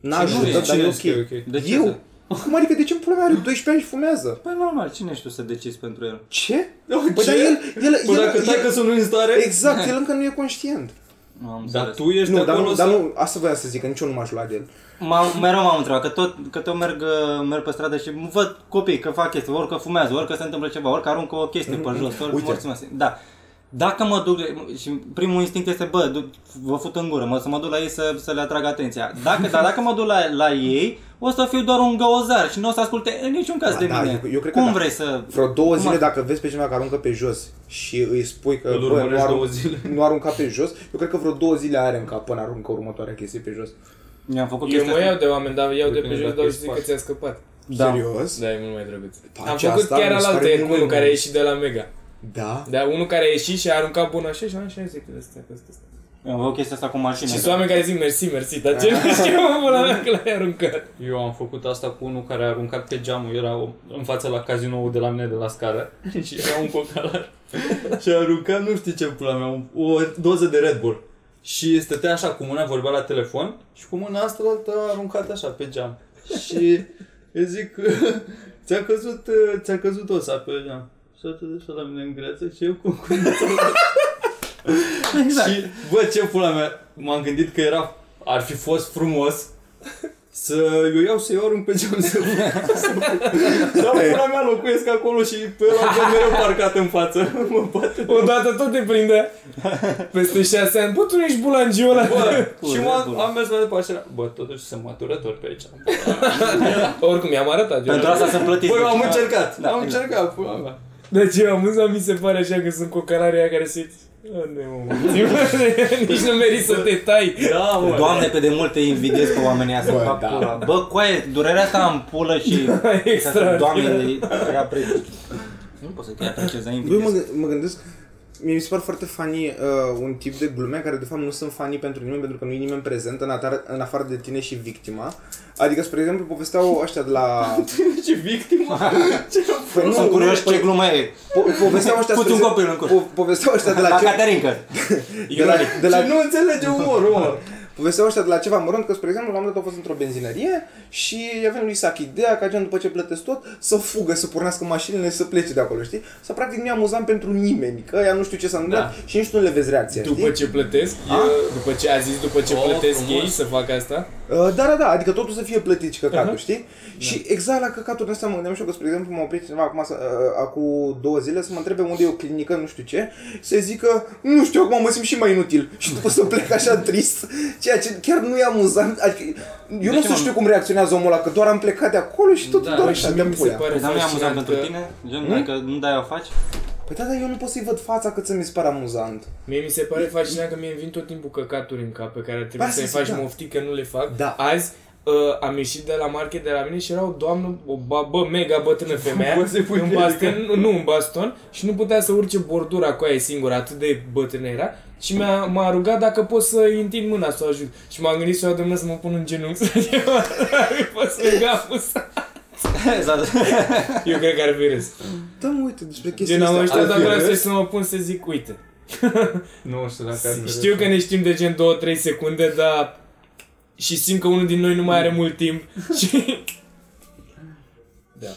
Speaker 4: Cine
Speaker 3: N-ajută, dar
Speaker 4: zice
Speaker 3: e
Speaker 4: că e
Speaker 3: ok.
Speaker 4: ok?
Speaker 2: De ce să-
Speaker 3: Eu? Cum adică de ce pula mea are 12 ani și fumează?
Speaker 2: Păi normal, cine ești tu să decizi pentru el?
Speaker 3: Ce?
Speaker 4: Oh,
Speaker 3: Păi
Speaker 4: ce?
Speaker 3: dar el, el,
Speaker 4: Păi dacă
Speaker 3: el,
Speaker 4: stai că
Speaker 3: el,
Speaker 4: sunt nu în stare...
Speaker 3: exact, el încă nu e conștient.
Speaker 2: Nu am
Speaker 4: Dar
Speaker 2: înțeles.
Speaker 4: tu ești
Speaker 3: Nu, dar
Speaker 4: acolo
Speaker 3: nu,
Speaker 4: să...
Speaker 3: dar nu, asta voiam să zic, că nici eu nu m-aș lua de el.
Speaker 2: M-am, mereu m-am întrebat, că tot, că tot merg, uh, merg pe stradă și văd copii că fac chestii, ori că fumează, ori că se întâmplă ceva, ori că aruncă o chestie pe jos, ori
Speaker 3: Uite.
Speaker 2: Uite. Da. Dacă mă duc, și primul instinct este, bă, du- vă fut în gură, mă, să mă duc la ei să, să le atrag atenția. Dacă, dar dacă mă duc la, la ei, o să fiu doar un găozar și nu o să asculte în niciun caz
Speaker 3: Ba
Speaker 2: de
Speaker 3: da,
Speaker 2: mine.
Speaker 3: eu- eu cred că
Speaker 2: Cum
Speaker 3: da.
Speaker 2: vrei să...
Speaker 3: Vreo două
Speaker 2: Cum
Speaker 3: zile
Speaker 2: ar-
Speaker 3: dacă vezi pe cineva că aruncă pe jos și îi spui că
Speaker 4: Îl
Speaker 3: bă, nu,
Speaker 4: urmărești două
Speaker 3: arunc,
Speaker 4: zile.
Speaker 3: nu arunca pe jos, eu cred că vreo două zile are în cap până aruncă următoarea chestie pe jos.
Speaker 2: Mi-am făcut
Speaker 1: Eu
Speaker 2: chestia
Speaker 1: mă
Speaker 2: asta.
Speaker 1: iau de oameni, dar iau de pe
Speaker 4: Depinde
Speaker 1: jos,
Speaker 4: dacă
Speaker 1: dau și
Speaker 4: ești
Speaker 1: zic că
Speaker 4: prost.
Speaker 1: ți-a scăpat.
Speaker 2: Da.
Speaker 3: Serios?
Speaker 1: Da, e mult mai drăguț.
Speaker 3: Pace
Speaker 1: Am făcut
Speaker 3: asta
Speaker 1: chiar
Speaker 3: Păi mi se
Speaker 1: alaltă
Speaker 3: pare
Speaker 1: e cu unul
Speaker 3: minunat.
Speaker 1: care a ieșit de la Mega.
Speaker 3: Da?
Speaker 1: Dar unul care a ieșit și a aruncat bun așa și am așa zic că ăsta, că ăsta.
Speaker 2: Mi-am făcut chestia asta cu mașina.
Speaker 1: Și sunt oameni care zic mersi, (laughs) mersi, dar ce nu știu mă pula mea că l-ai aruncat.
Speaker 4: Eu am făcut asta cu unul care a aruncat pe geamul, era o- în fața la cazinoul de la mine de la scară (laughs) și era un cocalar și a aruncat, nu știu ce pula mea, un- o doză de Red Bull. Și stătea așa cu mâna, vorbea la telefon și cu mâna asta a aruncat așa pe geam. Și eu zic, (laughs) ți-a căzut, uh, ți-a căzut osa pe geam. Și atât de așa la mine în greață și eu cu cu-
Speaker 2: Exact.
Speaker 4: Și, bă, ce pula mea, m-am gândit că era, ar fi fost frumos să eu iau să iau arunc pe geam (laughs) să să- Dar pula mea locuiesc acolo și pe ăla pe mereu parcat în față. (laughs) Mă bate.
Speaker 1: Odată tot te prinde peste șase ani. Bă, tu nu ești bulangio ăla.
Speaker 4: Bă,
Speaker 2: Cu
Speaker 4: și
Speaker 2: Red
Speaker 4: m-am,
Speaker 2: Bull.
Speaker 4: am mers mai departe și era, bă, totuși sunt maturător pe aici.
Speaker 1: Oricum, i-am arătat. eu.
Speaker 2: Pentru asta sunt plătit.
Speaker 4: Bă, eu am încercat,
Speaker 2: Da,
Speaker 4: am
Speaker 2: exact.
Speaker 4: încercat, pula mea.
Speaker 1: Dar ce amuzant mi se pare așa că sunt cocalarii aia care se... "A, Nu, mă, nici nu meriți să te tai.
Speaker 4: Da, mă.
Speaker 2: Doamne, cât de mult te invidiez pe oamenii asta.
Speaker 3: Bă,
Speaker 2: Bă,
Speaker 3: da.
Speaker 2: da. Bă, coaie, durerea asta în pulă și...
Speaker 1: extraordinar.
Speaker 2: Doamne, te apreciez. Nu pot să te apreciez, dar
Speaker 3: Băi, mă,
Speaker 2: invidiez.
Speaker 3: gâ- mă gândesc, mie mi se par foarte funny uh, un tip de glume care de fapt nu sunt funny pentru nimeni, pentru că nu e nimeni prezent în, atar, în afară de tine și victima. Adică, spre exemplu, povesteau ăștia de la...
Speaker 4: Ce victimă. Ce
Speaker 3: Păi nu,
Speaker 2: Sunt curios
Speaker 3: păi,
Speaker 2: ce glumă e.
Speaker 3: po- povesteau ăștia,
Speaker 2: Puți un
Speaker 3: spre-
Speaker 2: copil în cur.
Speaker 3: po- povesteau ăștia de la,
Speaker 2: La
Speaker 3: ce,
Speaker 2: Caterinca.
Speaker 3: de la, de la
Speaker 4: Ce nu înțelege umorul, mă.
Speaker 3: (laughs) Povesteau ăștia de la ceva mărunt că, spre exemplu, la un moment dat au fost într-o benzinărie și avem lui Isaac ideea ca gen după ce plătesc tot să fugă, să pornească mașinile, să plece de acolo, știi? Să practic nu e amuzant pentru nimeni, că ea nu știu ce s-a
Speaker 4: Da.
Speaker 3: întâmplat și nici tu nu le vezi reacția,
Speaker 1: După
Speaker 3: știi?
Speaker 1: ce plătesc,
Speaker 3: A?
Speaker 1: eu- după ce a zis, după ce
Speaker 4: Oh,
Speaker 1: plătesc
Speaker 4: frumos.
Speaker 1: ei să fac asta,
Speaker 3: Uh, Da, da, da, adică totul să fie plătit și căcatul, știi?
Speaker 1: Da.
Speaker 3: Și exact la căcatul ăsta mă gândeam și eu că, spre exemplu, m-a oprit cineva acum, să- uh, acum două zile să mă întrebe unde e o clinică, nu știu ce, să zică, nu știu, acum mă simt și mai inutil (laughs) și după să plec așa trist, ceea ce chiar nu e amuzant, adică
Speaker 1: Deci
Speaker 3: eu nu
Speaker 2: ce,
Speaker 3: o să
Speaker 2: mă?
Speaker 3: știu cum reacționează omul ăla, că doar am plecat de acolo și tot
Speaker 4: Da,
Speaker 3: doar
Speaker 1: și
Speaker 3: așa
Speaker 1: mie
Speaker 3: de
Speaker 1: mi se
Speaker 3: pulea.
Speaker 1: pare
Speaker 2: Păi, dar nu e amuzant
Speaker 1: fascinant
Speaker 2: pentru
Speaker 1: că-
Speaker 2: tine?
Speaker 3: Hm?
Speaker 2: Gen, adică nu dai o
Speaker 3: (laughs)
Speaker 2: faci?
Speaker 3: Păi da, dar eu nu pot să-i văd fața cât să mi se pare amuzant.
Speaker 1: Mie mi se pare fascinant că mie îmi vin tot timpul căcaturi în cap pe care ar trebui
Speaker 3: Asta
Speaker 1: să-i
Speaker 3: zic,
Speaker 1: faci
Speaker 3: da.
Speaker 1: mofti că nu le fac.
Speaker 3: Da.
Speaker 1: Azi uh, am ieșit de la market de la mine și era o doamnă, o babă mega bătrână femeia,
Speaker 4: Poți să-i pui
Speaker 1: în
Speaker 4: pe
Speaker 1: baston, nu, nu, în baston, și nu putea să urce bordura cu aia singură, atât de bătrână era. Și mi-a, m-a rugat dacă pot să-i întind mâna, să o ajut. Și m-am gândit să o iau de mână să mă pun în genunchi, (laughs) să le pot să-i gaful să-
Speaker 2: Exact.
Speaker 1: Eu cred că ar fi râs.
Speaker 3: Da, mă, uite, despre
Speaker 1: Gen,
Speaker 3: chestia
Speaker 1: am
Speaker 3: asta.
Speaker 1: ăștia,
Speaker 4: ar fi
Speaker 1: dacă vreau să-
Speaker 4: râs?
Speaker 1: să mă pun să zic, uite.
Speaker 4: Nu știu dacă ar fi
Speaker 1: Știu că ne știm de gen 2-3 secunde, dar și simt că unul din noi nu mai are mult timp (laughs) și
Speaker 4: Da.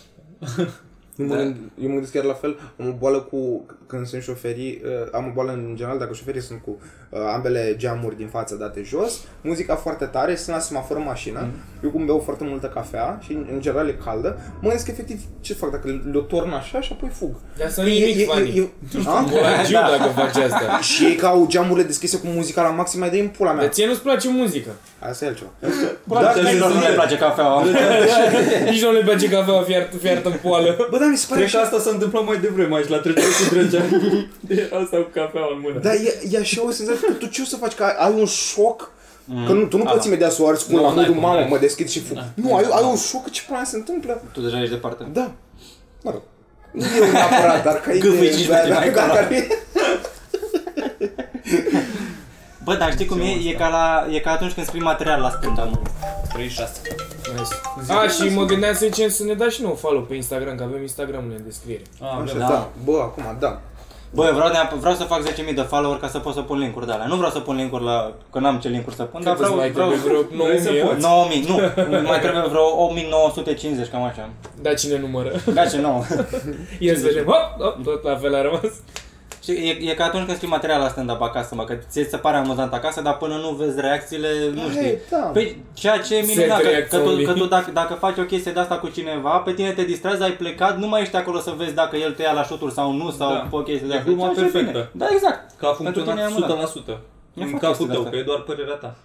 Speaker 3: Nu mă
Speaker 4: Da.
Speaker 3: gând- Eu mă gândesc chiar la fel, am o boală cu, când sunt șoferii, uh, am o boală în general dacă șoferii sunt cu uh, ambele geamuri din față date jos, muzica foarte tare, sunt la semafor în mașină, eu cum beau foarte multă cafea și în, în general e caldă, mă gândesc efectiv ce fac dacă le, le torn așa și apoi fug.
Speaker 1: Dar să nu
Speaker 2: Păi,
Speaker 1: nimic funny.
Speaker 3: A?
Speaker 2: (laughs) Da.
Speaker 1: Bolagiu dacă faci asta.
Speaker 3: Și ei că au geamurile deschise cu muzica la maxim, mai dă în pula
Speaker 1: Dar
Speaker 3: mea.
Speaker 1: ție nu-ți place muzica.
Speaker 3: Asta e altceva. Da,
Speaker 2: Probabil
Speaker 4: Dacă
Speaker 2: că
Speaker 4: ai
Speaker 2: nu
Speaker 4: zile-
Speaker 2: le place cafeaua.
Speaker 1: Nici nu le place cafeaua fiartă, fiartă în poală.
Speaker 3: Bă, dar mi se pare
Speaker 4: Cred că
Speaker 3: așa...
Speaker 4: asta s-a întâmplat mai devreme aici, la trecerea cu (laughs) drăgea. Era asta cu cafeaua în mână.
Speaker 3: Dar e, e așa o senzație că tu ce o să faci? Că ai, ai un șoc?
Speaker 2: Mm.
Speaker 3: Că nu, tu nu
Speaker 2: da.
Speaker 3: poți imediat să o arzi cu
Speaker 4: Nu,
Speaker 3: la
Speaker 4: n-ai
Speaker 3: modul
Speaker 4: cum,
Speaker 3: mamă,
Speaker 4: n-ai.
Speaker 3: mă deschid și fug. Nu, ai, ai un șoc, ce până se întâmplă?
Speaker 2: Tu deja ești departe.
Speaker 3: Da. Mă rog. Nu e neapărat, dar ca
Speaker 2: Cât vei
Speaker 3: idee,
Speaker 2: cinci
Speaker 3: da,
Speaker 2: metri
Speaker 3: da,
Speaker 2: mai
Speaker 3: da,
Speaker 2: acolo.
Speaker 3: dar e-
Speaker 2: Bă, dar știi cum e? E ca, la, e ca atunci când scrii material la stânga, mă.
Speaker 4: 36.
Speaker 1: A, și mă gândeam să zicem să ne dai și nou follow pe Instagram, că avem Instagramul în descriere.
Speaker 4: Ah,
Speaker 3: Așa,
Speaker 4: da.
Speaker 3: da. Bă, acum, da.
Speaker 2: Bă, eu vreau, neap- vreau să fac 10.000 de follower ca să pot să pun linkuri de alea. Nu vreau să pun linkuri la... că n-am ce linkuri să pun, dar
Speaker 1: Cât îți
Speaker 2: vreau...
Speaker 1: mai
Speaker 2: vreau
Speaker 1: trebuie vreo
Speaker 4: Vrei să
Speaker 1: 9000?
Speaker 4: poți?
Speaker 2: 9.000, nu, mai trebuie vreo 8.950, cam așa.
Speaker 1: Da, cine numără?
Speaker 2: Gace,
Speaker 4: (laughs)
Speaker 2: 9.
Speaker 1: Ia să vedem. Hop, hop, tot la fel a rămas.
Speaker 2: Și e, e ca atunci când scrii material la stand-up acasă, mă, că ți se pare amuzant acasă, dar până nu vezi reacțiile, nu
Speaker 3: Hai,
Speaker 2: știi.
Speaker 3: da.
Speaker 2: Păi, ceea ce e minunat,
Speaker 1: Set
Speaker 2: că, că, tu,
Speaker 1: reacțiunii.
Speaker 2: că tu dacă, dacă faci o chestie de asta cu cineva, pe tine te distrezi, ai plecat, nu mai ești acolo să vezi dacă el te ia la șuturi sau nu, sau
Speaker 4: Da.
Speaker 2: da. pe chestii de
Speaker 4: E
Speaker 2: astea.
Speaker 4: gluma
Speaker 2: Ceea ce e bine.
Speaker 4: perfectă.
Speaker 2: Da, exact.
Speaker 4: Că a
Speaker 2: Pentru tine e
Speaker 4: funcționat
Speaker 2: amuzant.
Speaker 4: 100%.
Speaker 2: Eu
Speaker 4: În
Speaker 2: fac
Speaker 4: capul
Speaker 2: chestii
Speaker 4: tău,
Speaker 2: de-astea.
Speaker 4: că e doar părerea ta.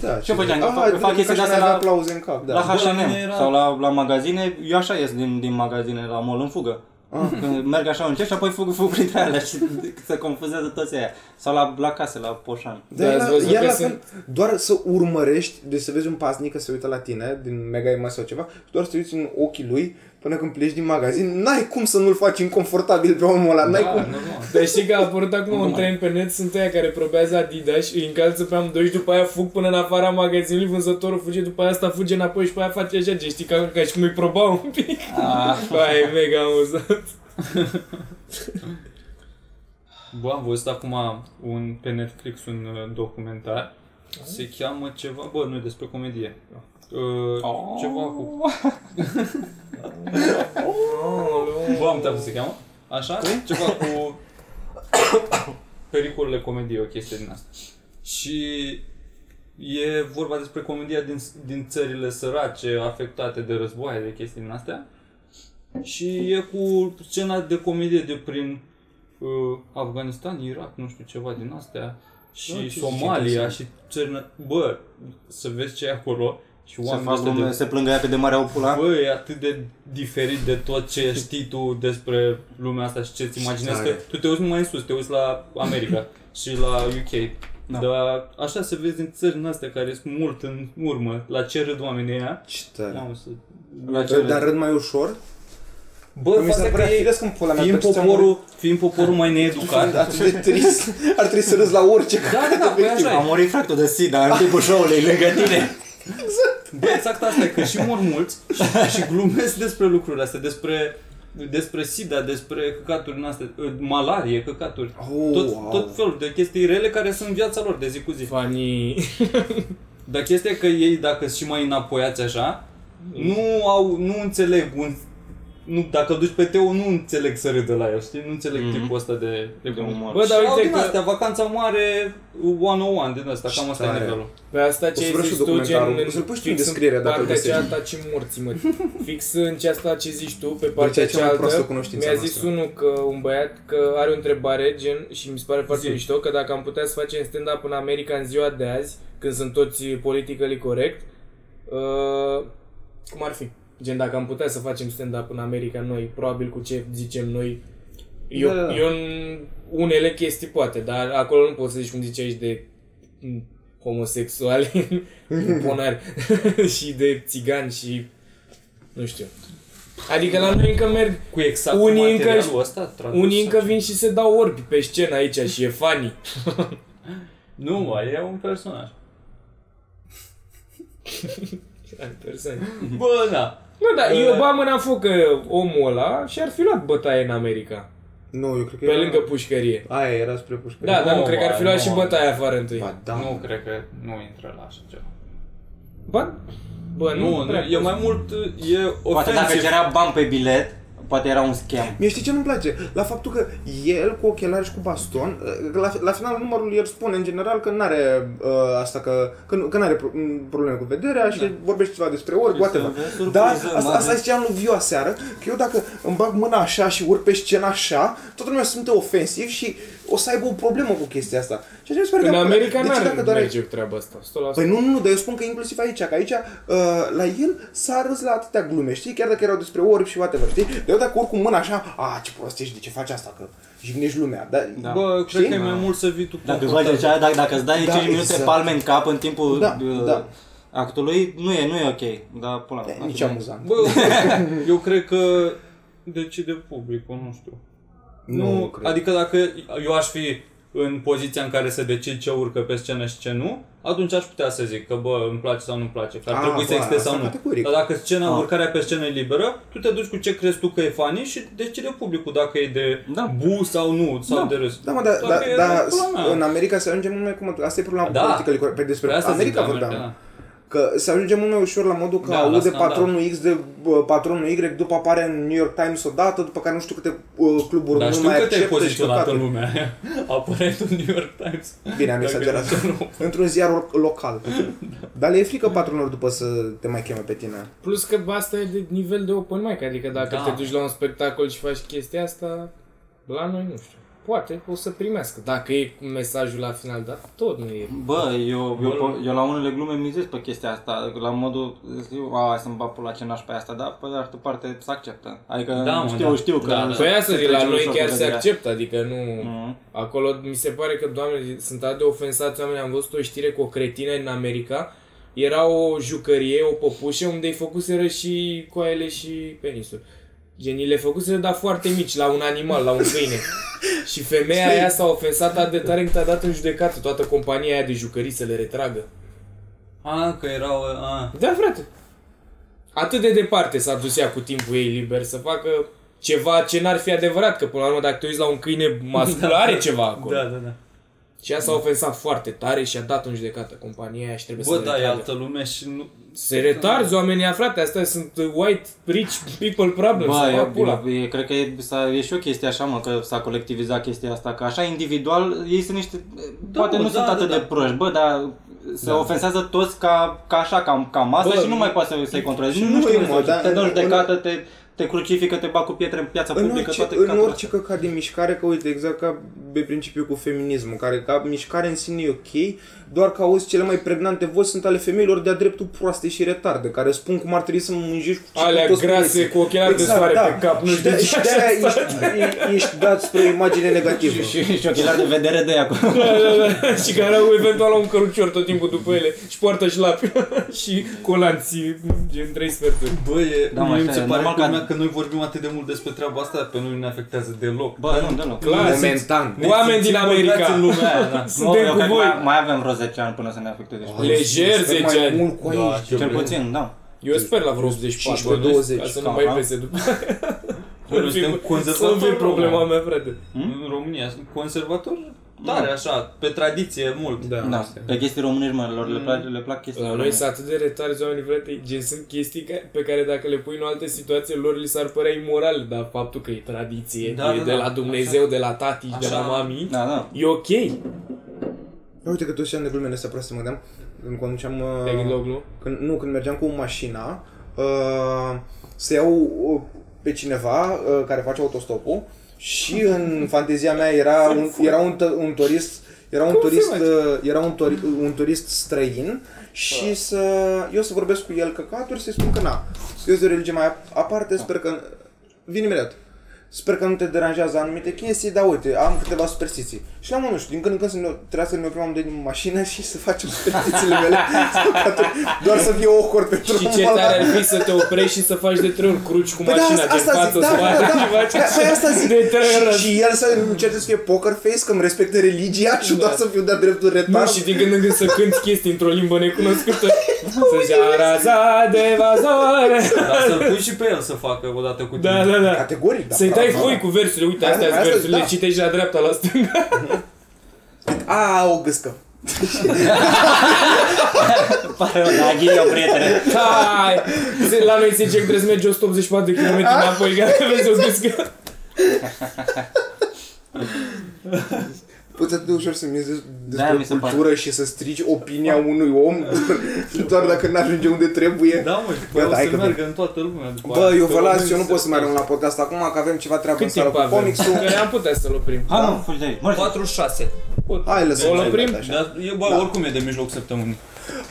Speaker 3: Da,
Speaker 2: Ce făceam?
Speaker 3: Ah,
Speaker 2: Fac- fac
Speaker 3: adică ca
Speaker 2: chestii
Speaker 3: și
Speaker 2: de-astea
Speaker 3: n-avea
Speaker 2: la-
Speaker 3: aplauze în cap, da.
Speaker 2: la
Speaker 4: Bă, la
Speaker 2: H&M
Speaker 4: mine era-
Speaker 2: sau la, la magazine, eu așa ies din, din magazine, la mall în fugă.
Speaker 4: Ah.
Speaker 2: Când merg așa încet și apoi fug, (laughs) fug printre alea și se confuzează toți aia. Sau la, la case, la Poșan.
Speaker 3: Da,
Speaker 1: Da,
Speaker 3: da,
Speaker 1: ați
Speaker 3: la,
Speaker 1: văzut
Speaker 3: iar
Speaker 1: că
Speaker 3: la
Speaker 1: sunt-
Speaker 3: fel, doar să urmărești, deci să vezi un pasnic că se uită la tine din Mega Ima sau ceva, și doar să te uiți în ochii lui până când pleci din magazin, n-ai cum să nu-l faci inconfortabil pe omul ăla,
Speaker 2: Da,
Speaker 3: n-ai cum.
Speaker 4: normal.
Speaker 1: Dar știi că a apărut acum un trend pe net, sunt aia care probează Adidas, îi încalță pe amândoi și după aia fug până în afara magazinului, vânzătorul fuge, după aia asta fuge înapoi și pe aia face așa, gen, știi, ca, ca și cum îi proba un
Speaker 4: (laughs)
Speaker 1: pic.
Speaker 4: Ah.
Speaker 2: Ah.
Speaker 1: Aia e mega amuzant.
Speaker 4: Bă, am văzut acum un, pe Netflix un uh, documentar. Se cheamă ceva, bă, nu e despre comedie. Uh,
Speaker 2: Ah.
Speaker 4: Ceva cu... Oh, Bă, am uitat cum se cheamă. Așa? Ceva cu (coughs) pericolele comediei, o chestie din asta. Și e vorba despre comedia din, din țările sărace, afectate de războaie, de chestii din astea. Și e cu scena de comedie de prin uh, Afganistan, Irak, nu știu, ceva din astea. Și
Speaker 2: Da, ce zici,
Speaker 4: Somalia și țările... Bă, să vezi ce e acolo. Și
Speaker 2: Se,
Speaker 4: oamenii
Speaker 2: fac
Speaker 4: ăștia de
Speaker 2: lume, se plângă ea cât de mare au pula.
Speaker 4: Bă, e atât de diferit de tot ce știi tu despre lumea asta și ce-ți imaginezi că
Speaker 3: tare.
Speaker 4: tu te uiți numai în sus, te uiți la America și la UK.
Speaker 2: Da.
Speaker 4: Dar așa se vezi în țări în astea care sunt mult în urmă, la ce râd oamenii ăia.
Speaker 3: Ce tare.
Speaker 4: Mamă, să-
Speaker 2: Da. La ce
Speaker 3: Dar- Dar
Speaker 2: râd?
Speaker 3: râd mai ușor?
Speaker 4: Bă,
Speaker 3: Mi se
Speaker 4: faza că
Speaker 3: părea
Speaker 4: e,
Speaker 3: firesc în pula mea.
Speaker 4: fiind
Speaker 3: că ți-am
Speaker 4: poporul, fiind poporul mai
Speaker 3: murit
Speaker 4: needucat,
Speaker 3: Atât de trist. Ar trebui să râzi la orice.
Speaker 4: da, da, da, păi așa
Speaker 2: (laughs) A
Speaker 4: e.
Speaker 2: murit fractul de SIDA în timpul show-ului lângă tine.
Speaker 4: Bă, exact asta e, că și mor mulți și, și glumesc despre lucrurile astea, despre despre SIDA, despre căcaturi din astea, uh, malarie, căcaturi,
Speaker 3: Oh,
Speaker 4: tot,
Speaker 3: wow.
Speaker 4: tot felul de chestii rele care sunt viața lor de zi cu zi.
Speaker 1: Funny.
Speaker 4: Dar chestia e că ei, dacă sunt și mai înapoiați așa, nu au, nu înțeleg un, nu, dacă îl duci pe Teo, nu înțeleg să râdă la el, știi? Nu înțeleg
Speaker 2: Mhm.
Speaker 4: tipul ăsta de, de
Speaker 2: De
Speaker 4: glumă.
Speaker 2: umor.
Speaker 1: Bă,
Speaker 4: Bă,
Speaker 1: dar uite
Speaker 4: din
Speaker 1: că
Speaker 4: astea, vacanța mare 101 din asta, cam asta e
Speaker 3: Tare.
Speaker 4: nivelul.
Speaker 1: Pe Păi asta
Speaker 3: să
Speaker 1: ce
Speaker 3: vreau și
Speaker 1: zici tu, gen,
Speaker 3: documentarul. O să-l pui și tu în
Speaker 1: fix
Speaker 3: descriere, dacă îl
Speaker 1: partea
Speaker 3: găsești.
Speaker 1: cealaltă a ce morții, mă. Fix în ce asta ce zici tu, pe partea
Speaker 3: Deci e cea mai proastă
Speaker 1: cealaltă,
Speaker 3: cunoștință
Speaker 1: mi-a zis
Speaker 3: noastră.
Speaker 1: unul că un băiat că are o întrebare, gen, și mi se pare foarte mișto, că dacă am putea să facem stand-up în America în ziua de azi, când sunt toți politically corect, uh, cum ar fi? Gen, dacă am putea să facem stand-up în America noi, probabil cu ce zicem noi, eu,
Speaker 3: Da.
Speaker 1: eu în unele chestii poate, dar acolo nu poți să zici cum zici aici de m, homosexuali, bonari (laughs) și de țigani și nu știu. Adică la noi încă merg,
Speaker 4: Cu exact
Speaker 1: Unii încă-
Speaker 4: materialul ăsta tradus
Speaker 1: unii încă
Speaker 4: sau ce?
Speaker 1: vin și se dau orbi pe scenă aici și e funny. (laughs)
Speaker 4: Nu, mă, e un personaj.
Speaker 1: Persoane.
Speaker 4: Bă, da.
Speaker 1: Nu, dar
Speaker 4: Eh.
Speaker 1: eu Obama n-am făcut că omul ăla și-ar fi luat bătaie în America.
Speaker 3: Nu, eu cred că
Speaker 1: Pe
Speaker 3: era...
Speaker 1: lângă pușcărie.
Speaker 3: Aia era spre pușcărie.
Speaker 1: Da, dar nu
Speaker 4: Nu,
Speaker 1: cred că ar fi
Speaker 4: bă,
Speaker 1: luat
Speaker 4: nu.
Speaker 1: și bătaia afară întâi.
Speaker 3: Ba, da.
Speaker 4: Nu cred că nu intră la așa ceva.
Speaker 1: Ba, bă, nu,
Speaker 4: Nu, nu, e mai mult, e
Speaker 2: Poate dacă
Speaker 4: ofensiv.
Speaker 2: cerea bani pe bilet, poate era un schem.
Speaker 3: Mie știi ce nu-mi place? La faptul că el cu ochelari și cu baston, la, la finalul numărului el spune în general că n-are uh, asta că, că, nu- că n-are pro- m, probleme cu vederea și vorbește ceva despre ori,
Speaker 2: Da. Este
Speaker 3: whatever.
Speaker 2: o surpriză
Speaker 3: Dar asta,
Speaker 2: mare.
Speaker 3: asta ziceam lui Viu aseară, că eu dacă îmi bag mâna așa și urc pe scenă așa, toată lumea se simte ofensiv și o să aibă o problemă cu chestia asta. Și așa mi se pare
Speaker 1: În
Speaker 3: că-
Speaker 1: America
Speaker 3: de ce Păi, deci dacă
Speaker 1: n-ar
Speaker 3: doar ai-
Speaker 1: merge treaba asta, 100%.
Speaker 3: Păi nu, nu, nu, dar eu spun că inclusiv aici, că aici uh, la el s-a râs la atâtea glume, știi? Chiar dacă erau despre orbi și whatever, știi? Dar eu dacă urc cu mâna așa, a, ce prost ești, de ce faci asta, că jignești lumea, dar...
Speaker 2: Da.
Speaker 4: Bă, cred
Speaker 3: Știi?
Speaker 4: că e mai mult să vii tu
Speaker 2: Dacă îți,
Speaker 4: confortabil.
Speaker 2: faci așa, dacă, dacă îți dai
Speaker 3: Da,
Speaker 2: 5 minute
Speaker 3: exact.
Speaker 2: palme în cap în timpul
Speaker 3: Da,
Speaker 2: uh,
Speaker 3: da.
Speaker 2: actului, nu e, nu e ok. Dar pula mea,
Speaker 3: E, Nici
Speaker 2: atât.
Speaker 3: amuzant.
Speaker 4: Bă, eu cred că decide publicul, nu știu. Nu,
Speaker 3: Nu cred.
Speaker 4: adică dacă eu aș fi în poziția în care să decid ce urcă pe scenă și ce nu, atunci aș putea să zic că bă, îmi place sau nu-mi place, că ar
Speaker 3: Ah,
Speaker 4: trebui să
Speaker 3: bă,
Speaker 4: existe
Speaker 3: asta
Speaker 4: sau nu.
Speaker 3: categoric.
Speaker 4: Dar dacă scena,
Speaker 2: Ah.
Speaker 4: urcarea pe scenă e liberă, tu te duci cu ce crezi tu că e funny și decide publicul dacă e de
Speaker 2: Da.
Speaker 4: bu sau nu, sau
Speaker 2: Da.
Speaker 4: de râs.
Speaker 3: Da, mă, dar da,
Speaker 4: Doar că e
Speaker 3: da,
Speaker 4: pula mea.
Speaker 3: în America se ajunge mult mai cum... Asta e problema
Speaker 4: Da.
Speaker 3: politică, adică, pe despre
Speaker 4: De asta zic,
Speaker 3: America
Speaker 4: da,
Speaker 3: vorbeam.
Speaker 4: da.
Speaker 3: Că se ajunge mult mai ușor la modul că
Speaker 4: Da,
Speaker 3: da,
Speaker 4: la
Speaker 3: aude
Speaker 4: standard.
Speaker 3: patronul X de bă, patronul Y, după apare în New York Times odată, după care nu știu câte uh, cluburi
Speaker 4: Dar
Speaker 3: nu
Speaker 4: știu
Speaker 3: mai
Speaker 4: că te-ai
Speaker 3: acceptă și
Speaker 4: poziționat
Speaker 3: căcatul.
Speaker 4: în lumea (laughs) aia. Apărent în New York Times.
Speaker 3: Bine, am
Speaker 4: Dacă
Speaker 3: exagerat.
Speaker 4: nu știu, nu.
Speaker 3: (laughs) Într-un ziar lo- local.
Speaker 1: Da.
Speaker 3: Dar le e frică patronilor după să te mai cheme pe tine.
Speaker 1: Plus că asta e de nivel de open mic, adică dacă
Speaker 4: Da.
Speaker 1: te duci la un spectacol și faci chestia asta, la noi nu știu. Poate o să primească, dacă e cu mesajul la final, dar tot nu e.
Speaker 2: Bă, eu, eu, eu, la unele glume mizez pe chestia asta, la modul, zic, a, să-mi bag pula ce naș pe asta, dar pe de altă parte se acceptă. Adică
Speaker 4: Da,
Speaker 2: da,
Speaker 4: mă,
Speaker 2: știu,
Speaker 4: da.
Speaker 2: știu că...
Speaker 4: Da, da.
Speaker 1: Păi asta
Speaker 2: se
Speaker 1: zic, la
Speaker 2: trece
Speaker 1: noi
Speaker 2: ușor
Speaker 1: chiar
Speaker 2: cu
Speaker 1: se
Speaker 2: vederea.
Speaker 1: acceptă, adică nu...
Speaker 2: Mhm.
Speaker 1: Acolo mi se pare că, doamne, sunt atât de ofensați oamenii. Am văzut o știre cu o cretină în America. Era o jucărie, o păpușă, unde îi făcuseră și coaiele și penisul. Genii le făcuseră, dar foarte mici, la un animal, la un câine. și femeia aia s-a ofensat atât de tare încât a dat în judecată toată compania aia de jucării să le retragă.
Speaker 4: A, că erau... A.
Speaker 1: Da, frate. Atât de departe s-a dus ea cu timpul ei liber să facă ceva ce n-ar fi adevărat, că până la urmă dacă te uiți la un câine mascul, are ceva acolo.
Speaker 4: Da, da, da.
Speaker 1: Și ea s-a ofensat foarte tare și a dat în judecată compania aia și trebuie
Speaker 4: Bă,
Speaker 1: să
Speaker 4: da,
Speaker 1: se
Speaker 4: e
Speaker 1: retragă.
Speaker 4: altă lume și nu...
Speaker 1: Se retarzi oamenii aia, frate, astea sunt uh, white rich people problems.
Speaker 2: Bă,
Speaker 1: Bă,
Speaker 2: eu,
Speaker 1: eu, pula.
Speaker 2: eu, eu, cred că e, s-a, e și o chestie așa, mă, că s-a colectivizat chestia asta, că așa individual ei sunt niște, da, poate
Speaker 4: mă,
Speaker 2: nu
Speaker 4: da,
Speaker 2: sunt
Speaker 4: da,
Speaker 2: atât
Speaker 4: da.
Speaker 2: de proști, bă, dar se da. ofensează toți ca, ca așa, ca, ca masă
Speaker 1: Bă,
Speaker 2: și nu mai poate să- să-i controlezi. Nu,
Speaker 3: nu,
Speaker 2: nu știu,
Speaker 3: mă,
Speaker 2: mă,
Speaker 3: dar
Speaker 2: te dă
Speaker 3: în-
Speaker 2: judecată, te, te crucifică, te bag cu pietre în piața
Speaker 3: În
Speaker 2: publică,
Speaker 3: orice,
Speaker 2: toate
Speaker 3: în
Speaker 2: căcaturile
Speaker 3: orice căcat de mișcare, că uite, exact ca pe principiu cu feminismul, care ca mișcare în sine e ok, doar că auzi cele mai pregnante voci sunt ale femeilor de-a dreptul proaste și retarde, care spun cum ar trebui să munjești cu
Speaker 1: Alea
Speaker 3: cu toți
Speaker 1: grase,
Speaker 3: băieții. Exact, da.
Speaker 1: cu ochelari de soare pe cap, nu
Speaker 3: și
Speaker 1: știu
Speaker 3: de,
Speaker 1: ce
Speaker 3: și de aia ești, ești dat spre o imagine negativă.
Speaker 2: astea. Și, și ochelari de vedere de acolo.
Speaker 1: Da, da, da. și care au eventual un cărucior tot timpul după ele și poartă șlapi și colanții gen trei sferturi.
Speaker 4: Bă, e,
Speaker 2: Da,
Speaker 4: da,
Speaker 2: mă,
Speaker 4: mie
Speaker 2: așa
Speaker 4: mi se
Speaker 2: e,
Speaker 4: pare
Speaker 2: normal
Speaker 4: că,
Speaker 2: că-
Speaker 4: lumea că noi vorbim atât de mult despre treaba asta, pe noi nu ne afectează deloc.
Speaker 2: Bă, nu, deloc.
Speaker 1: Clar,
Speaker 3: Momentan.
Speaker 1: sunt oameni din
Speaker 4: simțim băgați în
Speaker 1: America.
Speaker 4: lumea aia,
Speaker 1: (laughs)
Speaker 4: da.
Speaker 2: Mă,
Speaker 1: Suntem
Speaker 2: eu
Speaker 1: cu
Speaker 2: cred că mai,
Speaker 1: voi.
Speaker 2: mai avem vreo 10 ani până să ne afecteze. și pe noi.
Speaker 1: Lejer 10
Speaker 3: mai
Speaker 1: ani.
Speaker 3: mult cu
Speaker 4: Da,
Speaker 3: aici.
Speaker 4: știu,
Speaker 2: Cel
Speaker 4: bă.
Speaker 2: puțin, da.
Speaker 1: Eu sper la vreo
Speaker 3: 15,
Speaker 1: 84 bănuiesc, ca
Speaker 3: 20,
Speaker 1: să nu
Speaker 2: cam,
Speaker 1: mai
Speaker 2: da?
Speaker 1: pese după. Să nu
Speaker 4: Noi suntem
Speaker 1: fie Hmm?
Speaker 4: conservatori.
Speaker 1: problema mea, frate.
Speaker 4: În România, sunt conservatori
Speaker 1: Hmm.
Speaker 4: tare, așa, pe tradiție mult.
Speaker 3: Da.
Speaker 2: Da, pe chestii românești, mă, lor le plac, le plac chestii
Speaker 1: La noi
Speaker 2: românești.
Speaker 1: sunt atât de retarzi oamenii, frate, gen sunt chestii ca- pe care dacă le pui în alte situații lor li s-ar părea imoral, dar faptul că e tradiție,
Speaker 4: Da,
Speaker 1: da, e
Speaker 4: da,
Speaker 1: de
Speaker 4: da.
Speaker 1: la Dumnezeu, de la tati, de
Speaker 4: Așa.
Speaker 1: la mami,
Speaker 2: Da, da.
Speaker 1: e ok.
Speaker 3: Ia Uite că toți ani de glumele astea proaste mă gândeam când conduceam... uh,
Speaker 1: Te-ai gândit la o glumă?
Speaker 3: Când, nu, când mergeam cu mașina, uh, să iau uh, pe cineva uh, care face autostopul și în fantezia mea era un, era un, tă- un turist era un
Speaker 1: Cum se
Speaker 3: turist,
Speaker 1: face?
Speaker 3: uh, era un, tori, un turist străin
Speaker 1: Da.
Speaker 3: și să, eu să vorbesc cu el căcaturi, să-i spun că na, eu sunt de o religie mai aparte, sper că vin imediat. Sper că nu te deranjează anumite chestii, dar uite, am câteva superstiții. Și la mână, nu știu, din când în când să ne, trebuia să ne oprim amândoi din mașină și să facem superstițiile
Speaker 1: (laughs)
Speaker 3: mele. Doar să fie awkward pentru
Speaker 1: Și ce
Speaker 3: omul ăla.
Speaker 1: tare ar fi să te oprești și să faci de trei ori cruci cu
Speaker 3: Păi da,
Speaker 1: mașina,
Speaker 3: asta,
Speaker 1: gen
Speaker 3: asta
Speaker 1: față,
Speaker 3: zic, da, da,
Speaker 1: spate și
Speaker 3: da,
Speaker 1: faci
Speaker 3: da, păi asta zic.
Speaker 1: de trei
Speaker 3: Și,
Speaker 1: ori.
Speaker 3: și el să încerce să fie poker face, că îmi respecte religia și eu doar să fiu de-a dreptul
Speaker 1: Da. Nu,
Speaker 3: retard.
Speaker 1: și din când în când să cânti chestii într-o limbă necunoscută,
Speaker 3: Da,
Speaker 1: Să zicea raza de vazore.
Speaker 4: Dar să-l pui și pe el să facă odată cu tine.
Speaker 1: Da, da, da.
Speaker 3: Categoric, da.
Speaker 1: Să-i
Speaker 3: da,
Speaker 1: dai
Speaker 3: da,
Speaker 1: foi
Speaker 3: da.
Speaker 1: cu versurile, uite,
Speaker 3: Da,
Speaker 1: astea
Speaker 3: da,
Speaker 1: sunt
Speaker 3: asta-
Speaker 1: versurile,
Speaker 3: da.
Speaker 1: citești la dreapta, la stânga.
Speaker 3: A, o gâscă.
Speaker 2: Pare o daghie, o prietene.
Speaker 1: Hai! Se- La noi se zice că trebuie să mergi 184 de km înapoi, ca să vezi o gâscă.
Speaker 3: Poți atât de ușor să mi zis despre
Speaker 2: Da, mi se pare.
Speaker 3: cultură și să strici opinia unui om (laughs) doar- doar dacă n-ajunge unde trebuie.
Speaker 4: Da, mă, și pe
Speaker 3: Gata,
Speaker 4: o
Speaker 3: hai
Speaker 4: să
Speaker 3: că
Speaker 4: meargă în toată lumea. după
Speaker 3: Bă,
Speaker 4: aia,
Speaker 3: eu
Speaker 4: că
Speaker 3: vă las,
Speaker 4: oamenii
Speaker 3: eu nu
Speaker 4: se-
Speaker 3: pot să mai rămân la podcast acum, că avem ceva treabă în
Speaker 1: Cât
Speaker 3: seară
Speaker 1: timp
Speaker 3: cu
Speaker 1: avem?
Speaker 3: comicsul.
Speaker 1: Că am putea să-l oprim.
Speaker 2: Hai mă, fugi de aici. Mă,
Speaker 5: 46.
Speaker 3: Hai, lăsăm.
Speaker 1: O oprim?
Speaker 3: Așa.
Speaker 4: Dar, e, bă, oricum e de mijlocul săptămânii.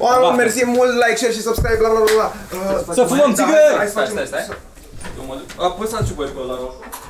Speaker 3: Oameni, mersi mult, like, share și subscribe, bla bla bla, bla. Uh,
Speaker 2: Să fumăm
Speaker 3: da,
Speaker 2: țigări!
Speaker 3: hai să
Speaker 5: Stai,
Speaker 3: facem-
Speaker 5: stai, stai. Eu mă duc. A, păi să-mi ciubăi pe ăla roșu.